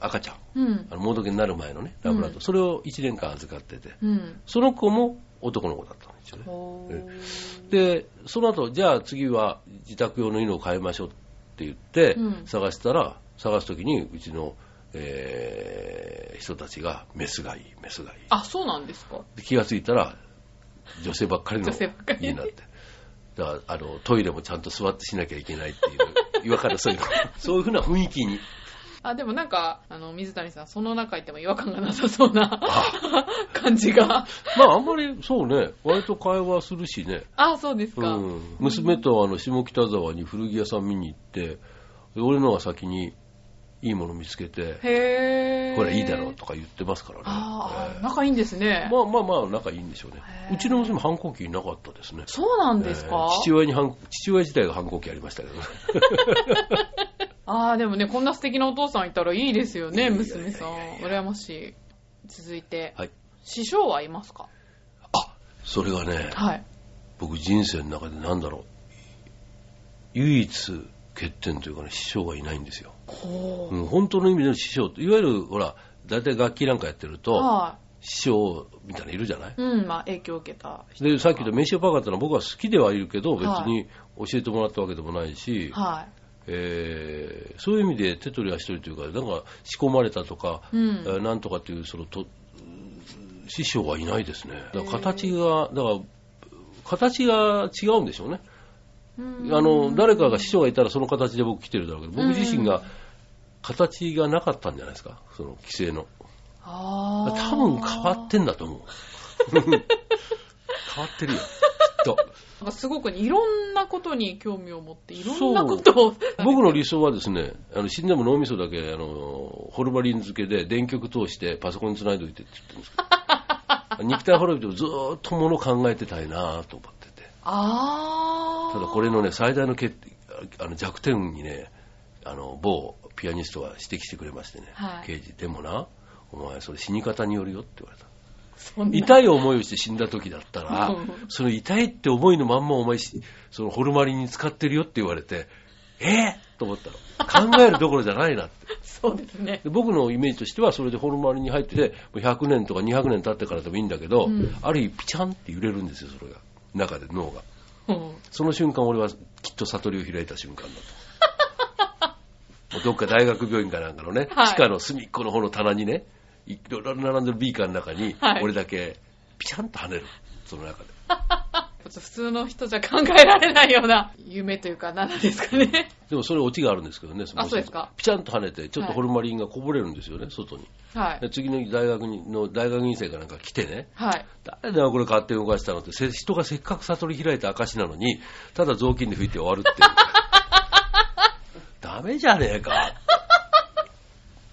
[SPEAKER 2] 赤ちゃん。
[SPEAKER 1] うん。
[SPEAKER 2] あの盲導犬になる前のね、ラブラド、
[SPEAKER 1] うん
[SPEAKER 2] それを1年間預かってて、
[SPEAKER 1] うん。
[SPEAKER 2] その子も男の子だったんですよね。
[SPEAKER 1] ほー
[SPEAKER 2] で、その後、じゃあ次は自宅用の犬を買いましょうって言って、
[SPEAKER 1] うん
[SPEAKER 2] 探したら、探すときにうちの、えー人たちが、メスがいい、メスがいい。
[SPEAKER 1] あ、そうなんですか。
[SPEAKER 2] で気がついたら、女性ばっかりの
[SPEAKER 1] 女性ばっかり
[SPEAKER 2] 家になって。だからあの、トイレもちゃんと座ってしなきゃいけないってい
[SPEAKER 1] <laughs>
[SPEAKER 2] う、違和感だそういうの。そういうふうな雰囲気に。
[SPEAKER 1] あ、でもなんか、あの、水谷さん、その中行っても違和感がなさそうな感じが。
[SPEAKER 2] まあ、あんまり、そうね、割と会話するしね。
[SPEAKER 1] あ、そうですか。
[SPEAKER 2] うん、娘とあの下北沢に古着屋さん見に行ってで俺のが先にいいもの見つけて
[SPEAKER 1] へー。
[SPEAKER 2] これいいだろうとか言ってますからね、
[SPEAKER 1] あ
[SPEAKER 2] え
[SPEAKER 1] あ、
[SPEAKER 2] え
[SPEAKER 1] 仲いいんですね。
[SPEAKER 2] まあまあまあ仲いいんでしょうね
[SPEAKER 1] へー
[SPEAKER 2] うちの娘反抗期なかったですね
[SPEAKER 1] そうなんですか
[SPEAKER 2] え、え父親に反父親自体が反抗期ありましたけどね <laughs>
[SPEAKER 1] ああ、でもね、こんな素敵なお父さんいたらいいです
[SPEAKER 2] い
[SPEAKER 1] よ
[SPEAKER 2] や
[SPEAKER 1] ね、
[SPEAKER 2] いやいやいや
[SPEAKER 1] 娘さん。羨ましい。続いて、
[SPEAKER 2] はい
[SPEAKER 1] 師匠はいますか
[SPEAKER 2] あそれがね
[SPEAKER 1] はい。
[SPEAKER 2] 僕人生の中でなんだろう唯一欠点というかね師匠がいないんですよ、
[SPEAKER 1] ほ
[SPEAKER 2] うん、本当の意味での師匠っていわゆるほら大体楽器なんかやってる
[SPEAKER 1] う。
[SPEAKER 2] と、
[SPEAKER 1] は
[SPEAKER 2] 師匠みたいなのいるじゃない
[SPEAKER 1] い。うん、まあ、影響を受けた人。
[SPEAKER 2] でさっき言った名刺パカってのは僕は好きではいるけど別
[SPEAKER 1] はい
[SPEAKER 2] に教えてもらったわけでもないし、
[SPEAKER 1] は
[SPEAKER 2] えーそういう意味で手取りは一人というかなんか仕込まれたとか、
[SPEAKER 1] い。う
[SPEAKER 2] え
[SPEAKER 1] ん。
[SPEAKER 2] ーなんとかっていうそのとうん師匠はいないですねだから形がだから形が違うんでしょうね
[SPEAKER 1] うん
[SPEAKER 2] あの誰かが師匠がいたらその形で僕来てるだろうけど
[SPEAKER 1] うん
[SPEAKER 2] 僕自身が形がなかったんじゃないですかその規制の
[SPEAKER 1] ああ。
[SPEAKER 2] 多分変わってんだと
[SPEAKER 1] <laughs>
[SPEAKER 2] 思う。変わってるよ、きっと。
[SPEAKER 1] なんかすごくねいろんなことに興味を持って、いろんなことを。
[SPEAKER 2] 僕の理想はですね、あの死んでも脳みそだけあのホルマリン漬けで電極通してパソコンに繋いでおいてって言ってるんです
[SPEAKER 1] <laughs>
[SPEAKER 2] けど、肉体滅びてもずーっともの考えてたいなと思ってて、
[SPEAKER 1] <laughs> ああ。
[SPEAKER 2] ただこれのね、最大の欠あの弱点にね、あの某ピアニストが指摘してくれましてね、
[SPEAKER 1] はい
[SPEAKER 2] 刑事、でもな、お前それ死に方によるよって言われた。
[SPEAKER 1] そんな、
[SPEAKER 2] 痛い思いをして死んだ時だったら
[SPEAKER 1] うん、
[SPEAKER 2] その痛いって思いのまんまお前し、そのホルマリンに使ってるよって言われて、えー、と思ったの。考えるどころじゃないなって。
[SPEAKER 1] そうですね。
[SPEAKER 2] で僕のイメージとしては、それでホルマリンに入ってて、もう100年とか200年経ってからでもいいんだけど、
[SPEAKER 1] うん
[SPEAKER 2] ある日ピチャンって揺れるんですよ、それが。中で脳が。
[SPEAKER 1] うん
[SPEAKER 2] その瞬間俺はきっと悟りを開いた瞬間だ
[SPEAKER 1] <laughs>
[SPEAKER 2] と。もうどっか大学病院かなんかのね、
[SPEAKER 1] はい
[SPEAKER 2] 地下の隅っこの方の棚にね、いろいろ並んでるビーカーの中に
[SPEAKER 1] は、い
[SPEAKER 2] 俺だけピチャンと跳ねる。その中で。
[SPEAKER 1] ちょっと普通の人じゃ考えられないような夢というか、何なんですかね。
[SPEAKER 2] でもそれオチがあるんですけどね。の
[SPEAKER 1] あそうですか
[SPEAKER 2] ピチャンと跳ねて、ちょっとホルマリンがこぼれるんですよね、外に。
[SPEAKER 1] はい
[SPEAKER 2] で。次の大学にの大学院生かなんか来てね、
[SPEAKER 1] はい。
[SPEAKER 2] 誰だよこれ勝手に動かしたのって、せ人がせっかく悟り開いた証なのに、ただ雑巾で拭いて終わるっていう。
[SPEAKER 1] <laughs>
[SPEAKER 2] ダメじゃねえか。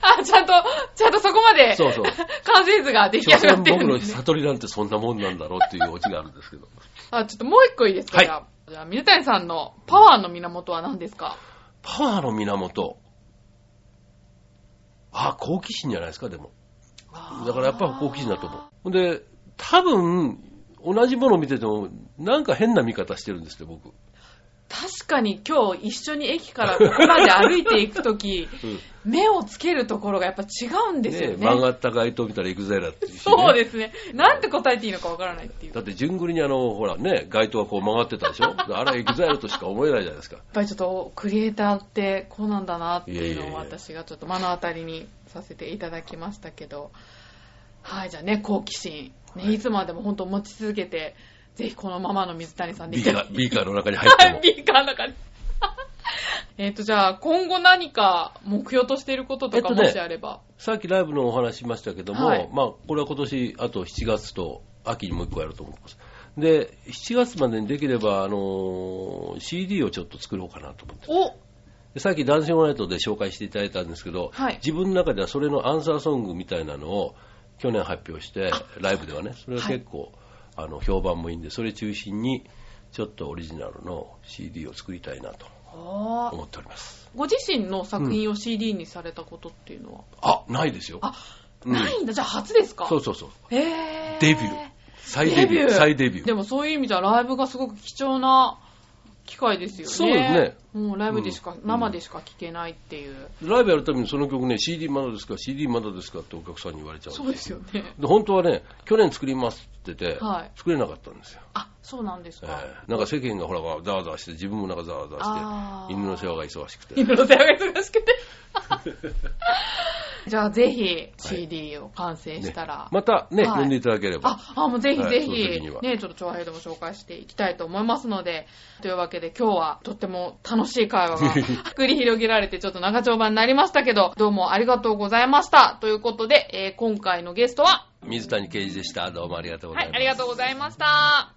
[SPEAKER 1] あ、ちゃんと、ちゃんとそこまで、
[SPEAKER 2] そうそう
[SPEAKER 1] 完成図が出
[SPEAKER 2] 所
[SPEAKER 1] 来上
[SPEAKER 2] 詮
[SPEAKER 1] がって
[SPEAKER 2] 僕
[SPEAKER 1] るん
[SPEAKER 2] の
[SPEAKER 1] です、ね。
[SPEAKER 2] 悟りなんてそんなもんなんだろうっていうオチがあるんですけど。
[SPEAKER 1] あ、ちょっともう一個いいですか、
[SPEAKER 2] はい
[SPEAKER 1] じゃあじゃあ、水谷さんのパワーの源は何ですか
[SPEAKER 2] パワーの源。あ、好奇心じゃないですか、でも。 <laughs> だからやっぱ好奇心だと思う。ほんで、多分、同じもの見てても、なんか変な見方してるんですって、僕。
[SPEAKER 1] 確かに今日一緒に駅からここまで歩いていくとき、目をつけるところがやっぱ違うんですよね。
[SPEAKER 2] 曲がった街灯見たら行くぜだっていうしね
[SPEAKER 1] そうですね。なんて答えていいのかわからないっていう。
[SPEAKER 2] だ
[SPEAKER 1] や
[SPEAKER 2] って、順繰りにあの、ほらね、街灯がこう曲がってたでしょあれはエグザイルとしか思えないじゃないです
[SPEAKER 1] <laughs>
[SPEAKER 2] か。
[SPEAKER 1] っぱりちょっとクリエイターってこうなんだなっていう
[SPEAKER 2] いやいやい
[SPEAKER 1] のを
[SPEAKER 2] や
[SPEAKER 1] 私がちょっと目の当たりにさせていただきましたけど、はい、じゃあね、好奇心。ね、いつまでも本当持ち続けて、ぜひこのままの水谷さんで
[SPEAKER 2] ビ
[SPEAKER 1] い
[SPEAKER 2] ー
[SPEAKER 1] た
[SPEAKER 2] カ
[SPEAKER 1] だ
[SPEAKER 2] ー、ビーカーの中に入っても。
[SPEAKER 1] <laughs> ビーカーの中に。 <laughs> えっと、じゃあ、今後何か目標としていることと
[SPEAKER 2] えっ
[SPEAKER 1] か、
[SPEAKER 2] とね
[SPEAKER 1] もしあれば。
[SPEAKER 2] さっきライブのお話しましたけども、
[SPEAKER 1] はい
[SPEAKER 2] まあ、これは今年、あと7月と秋にもう一個やると思います。で、7月までにできれば、あのー CD をちょっと作ろうかなと思って。
[SPEAKER 1] お
[SPEAKER 2] でさっきダンシングナイトで紹介していただいたんですけど、
[SPEAKER 1] はい
[SPEAKER 2] 自分の中ではそれのアンサーソングみたいなのを去年発表して、ライブではね、それは結構、あの評判もいいんで、それ中心にちょっとオリジナルの CD を作りたいなと
[SPEAKER 1] あー
[SPEAKER 2] 思っております。
[SPEAKER 1] ご自身の作品を CD にされたことっていうのは、
[SPEAKER 2] あ、ないですよ。
[SPEAKER 1] あ、
[SPEAKER 2] うん
[SPEAKER 1] ないんだ。じゃあ、初ですか
[SPEAKER 2] そうそうそう。
[SPEAKER 1] へー
[SPEAKER 2] デビュー。再デビュー。再デビュー
[SPEAKER 1] で。もそういう意味じゃライブがすごく貴重な機会ですよね。
[SPEAKER 2] そうですね。
[SPEAKER 1] もうライブでしか、
[SPEAKER 2] うん
[SPEAKER 1] 生でしか聴けないっていう。
[SPEAKER 2] ライブやるためにその曲ね、CD まだですか、CD まだですかってお客さんに言われちゃうん
[SPEAKER 1] そうですよね。
[SPEAKER 2] で本当はね、去年作りますって言って、
[SPEAKER 1] はい
[SPEAKER 2] 作れなかったんですよ。
[SPEAKER 1] あ、そうなんです
[SPEAKER 2] え
[SPEAKER 1] か。
[SPEAKER 2] ーなんか世間がほら、ざわざわして、自分もなんかざわざわし
[SPEAKER 1] あー
[SPEAKER 2] て、犬の世話が忙しく <laughs> て。
[SPEAKER 1] 犬の世話が忙しくて。 <laughs> じゃあぜひ CD を完成したら。
[SPEAKER 2] ねまたね、
[SPEAKER 1] はい
[SPEAKER 2] 呼んでいただければ。
[SPEAKER 1] あ、あ、もうぜひ
[SPEAKER 2] はい
[SPEAKER 1] ぜひ、
[SPEAKER 2] その時には
[SPEAKER 1] ね、ちょっと調和平でも紹介していきたいと思いますので、というわけで今日はとっても楽しい会
[SPEAKER 2] <laughs>
[SPEAKER 1] 話が繰り広げられて、ちょっと長丁場になりましたけど、どうもありがとうございました。ということで、えー今回のゲストは、
[SPEAKER 2] 水谷啓二でした。どうもありがとうご
[SPEAKER 1] は
[SPEAKER 2] ざい
[SPEAKER 1] い
[SPEAKER 2] ま、す。
[SPEAKER 1] ありがとうございました。